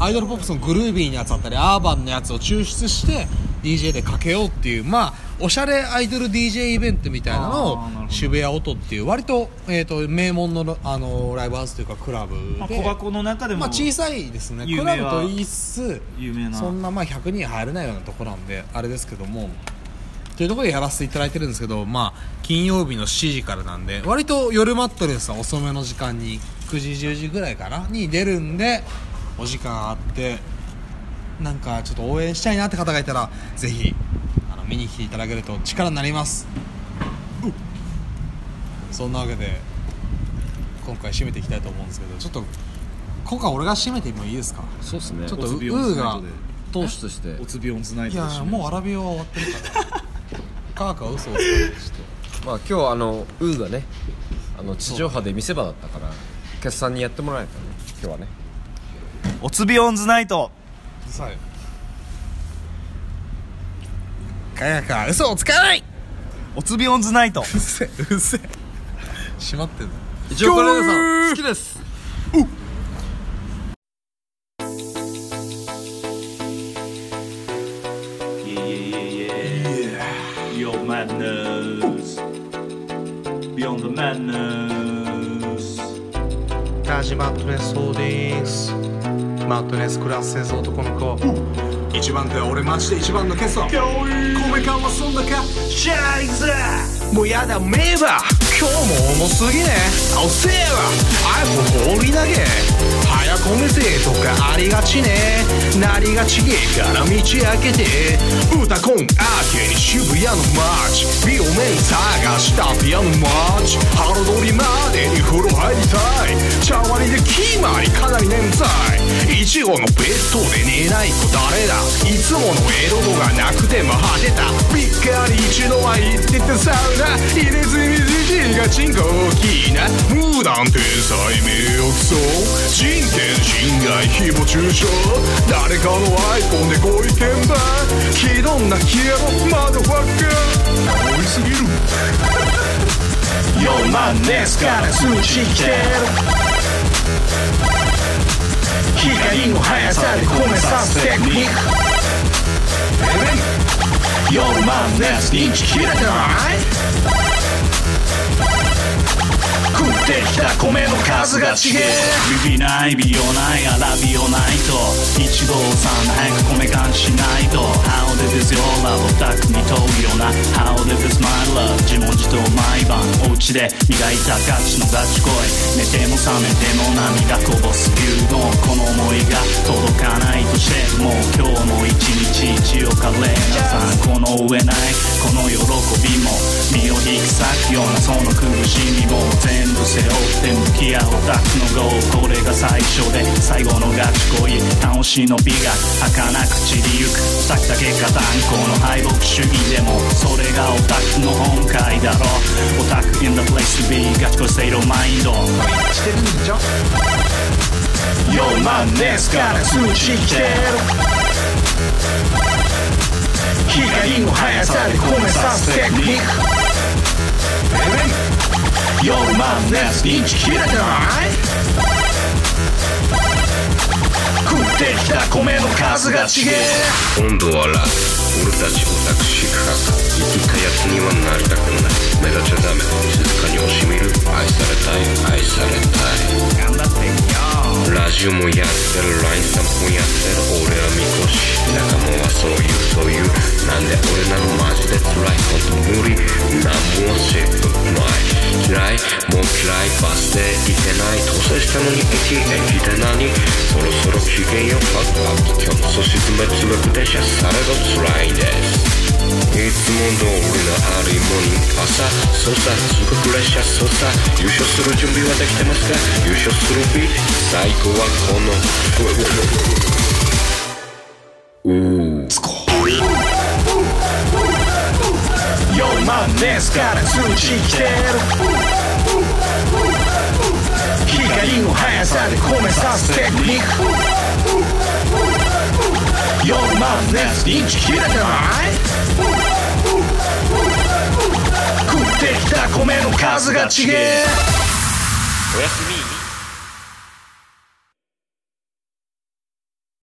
Speaker 1: アイドルポップスのグルービーなやつだったりアーバンのやつを抽出して DJ でかけようっていうまあおしゃれアイドル DJ イベントみたいなのを
Speaker 2: あーなるほど
Speaker 1: 渋谷音っていう割と,、えー、と名門のあのライブハウスというかクラブ
Speaker 2: まあ、
Speaker 1: で、
Speaker 2: 小箱の中でも、
Speaker 1: まあ、小さいですね
Speaker 2: 有
Speaker 1: ク
Speaker 2: 名
Speaker 1: ラ
Speaker 2: は
Speaker 1: ブと言いつ
Speaker 2: 有名
Speaker 1: つ
Speaker 2: な
Speaker 1: そんなまあ100人入れないようなとこなんであれですけどもというところでやらせていただいてるんですけど、まあ、金曜日の7時からなんで割と夜マットレスは遅めの時間に9時10時ぐらいかなに出るんでお時間あってなんかちょっと応援したいなって方がいたらぜひあの見に来ていただけると力になりますそんなわけで今回締めていきたいと思うんですけどちょっと今回俺が締めてもいいですか
Speaker 3: そうですね
Speaker 1: ち
Speaker 3: ち
Speaker 1: ょ
Speaker 3: ょ
Speaker 1: っ
Speaker 3: っ
Speaker 1: とウ
Speaker 3: と
Speaker 2: おつびを
Speaker 1: ー
Speaker 2: つない
Speaker 1: が
Speaker 2: とで
Speaker 3: 投手として
Speaker 2: おつびオンズナイ
Speaker 1: い
Speaker 2: ト
Speaker 1: や
Speaker 2: でしょ
Speaker 1: もうアラビアは終わってるから科学は嘘をつく
Speaker 3: まあ今日はあのウーがねあの地上波で見せ場だったからお客さんにやってもらえたね今日はね
Speaker 2: おつびオンズナイト
Speaker 1: さい科学は嘘をつかないう
Speaker 2: おつびオンズナイト
Speaker 1: っせうっせ閉まってんの
Speaker 3: 一応カレーさん好きです
Speaker 2: イエイエイエイエイ Your madness Beyond the madness
Speaker 1: ラジマットネスホールディングスマットネスクラス戦争男の子一番で俺マジで一番のケソ米缶はそんだか
Speaker 2: シャイズ
Speaker 1: もうやだメーバー今日も重すぎねおせえわ iPhone 放り投げ早込めてとかありがちねなりがちげえから道開けて歌コンアーケに渋谷の街美容面探したピアノマッチハロドリまでに風呂入りたい茶割りで決まりかなり眠たいいちごのベッドで寝ない子誰だいつものエロ度がなくても果てたびっくり一度は言ってたサウナ入れずにじじがチンコ大きいな無断天才名誉毀損人権侵害誹謗中傷誰かのアイコンでご意見番ひどんな消えろマドファッカー盛りすぎる
Speaker 2: Your madness から通知来てる光の速さで込めさすテクニック Your madness 認知切れてない食ってきた米の数が違えビビない美容ないアラビオないと一号さん早く米感しないと How did this your love オタクに問うような How did this my love 自問自答毎晩お家で磨いたガチのガチ恋寝ても覚めても涙こぼす牛丼この思いが届かないとしてもう今日も一日一応カレーなさんこの上ないこの喜びも身を引く
Speaker 4: 裂くようなその苦しみを全部背負って向き合おうタクのゴーこれが最初で最後のガチ恋楽しの美が儚く散りゆく咲くだけが断固の敗北主義でもそれがオタクの本懐だろオタク in the place to be ガチ恋セイロマインド
Speaker 2: してるんでしょ
Speaker 4: Yo マンネスから通知来てる光の速さで込めさすテクニック Yo マンネス認知切れてない食ってきた米の数が違え
Speaker 5: 今度はラブ俺たちオタク四角生きたやつにはなりたくない目立っちゃダメ静かに惜しみる愛されたい愛された
Speaker 4: 頑張ってみよ
Speaker 5: いラジオもやってる LINE スタンプもやってる俺はみこし仲間はそういうそういうなんで俺なのマジで辛いこと無理なんもセーフない嫌いもう嫌いバスで行けない当選したのに駅駅で何そろそろ機嫌よファックアップ今日もそし詰め詰め電車されど辛いですいつも通りのあるいもに朝操作すごく列車操作優勝する準備はできてますか優勝する日最高はこの
Speaker 4: う Yo マンネスから通知来てる光の速さで米さすテクニック Yo マンネス認知切れてない食ってきた米の数が違え
Speaker 5: おやすみ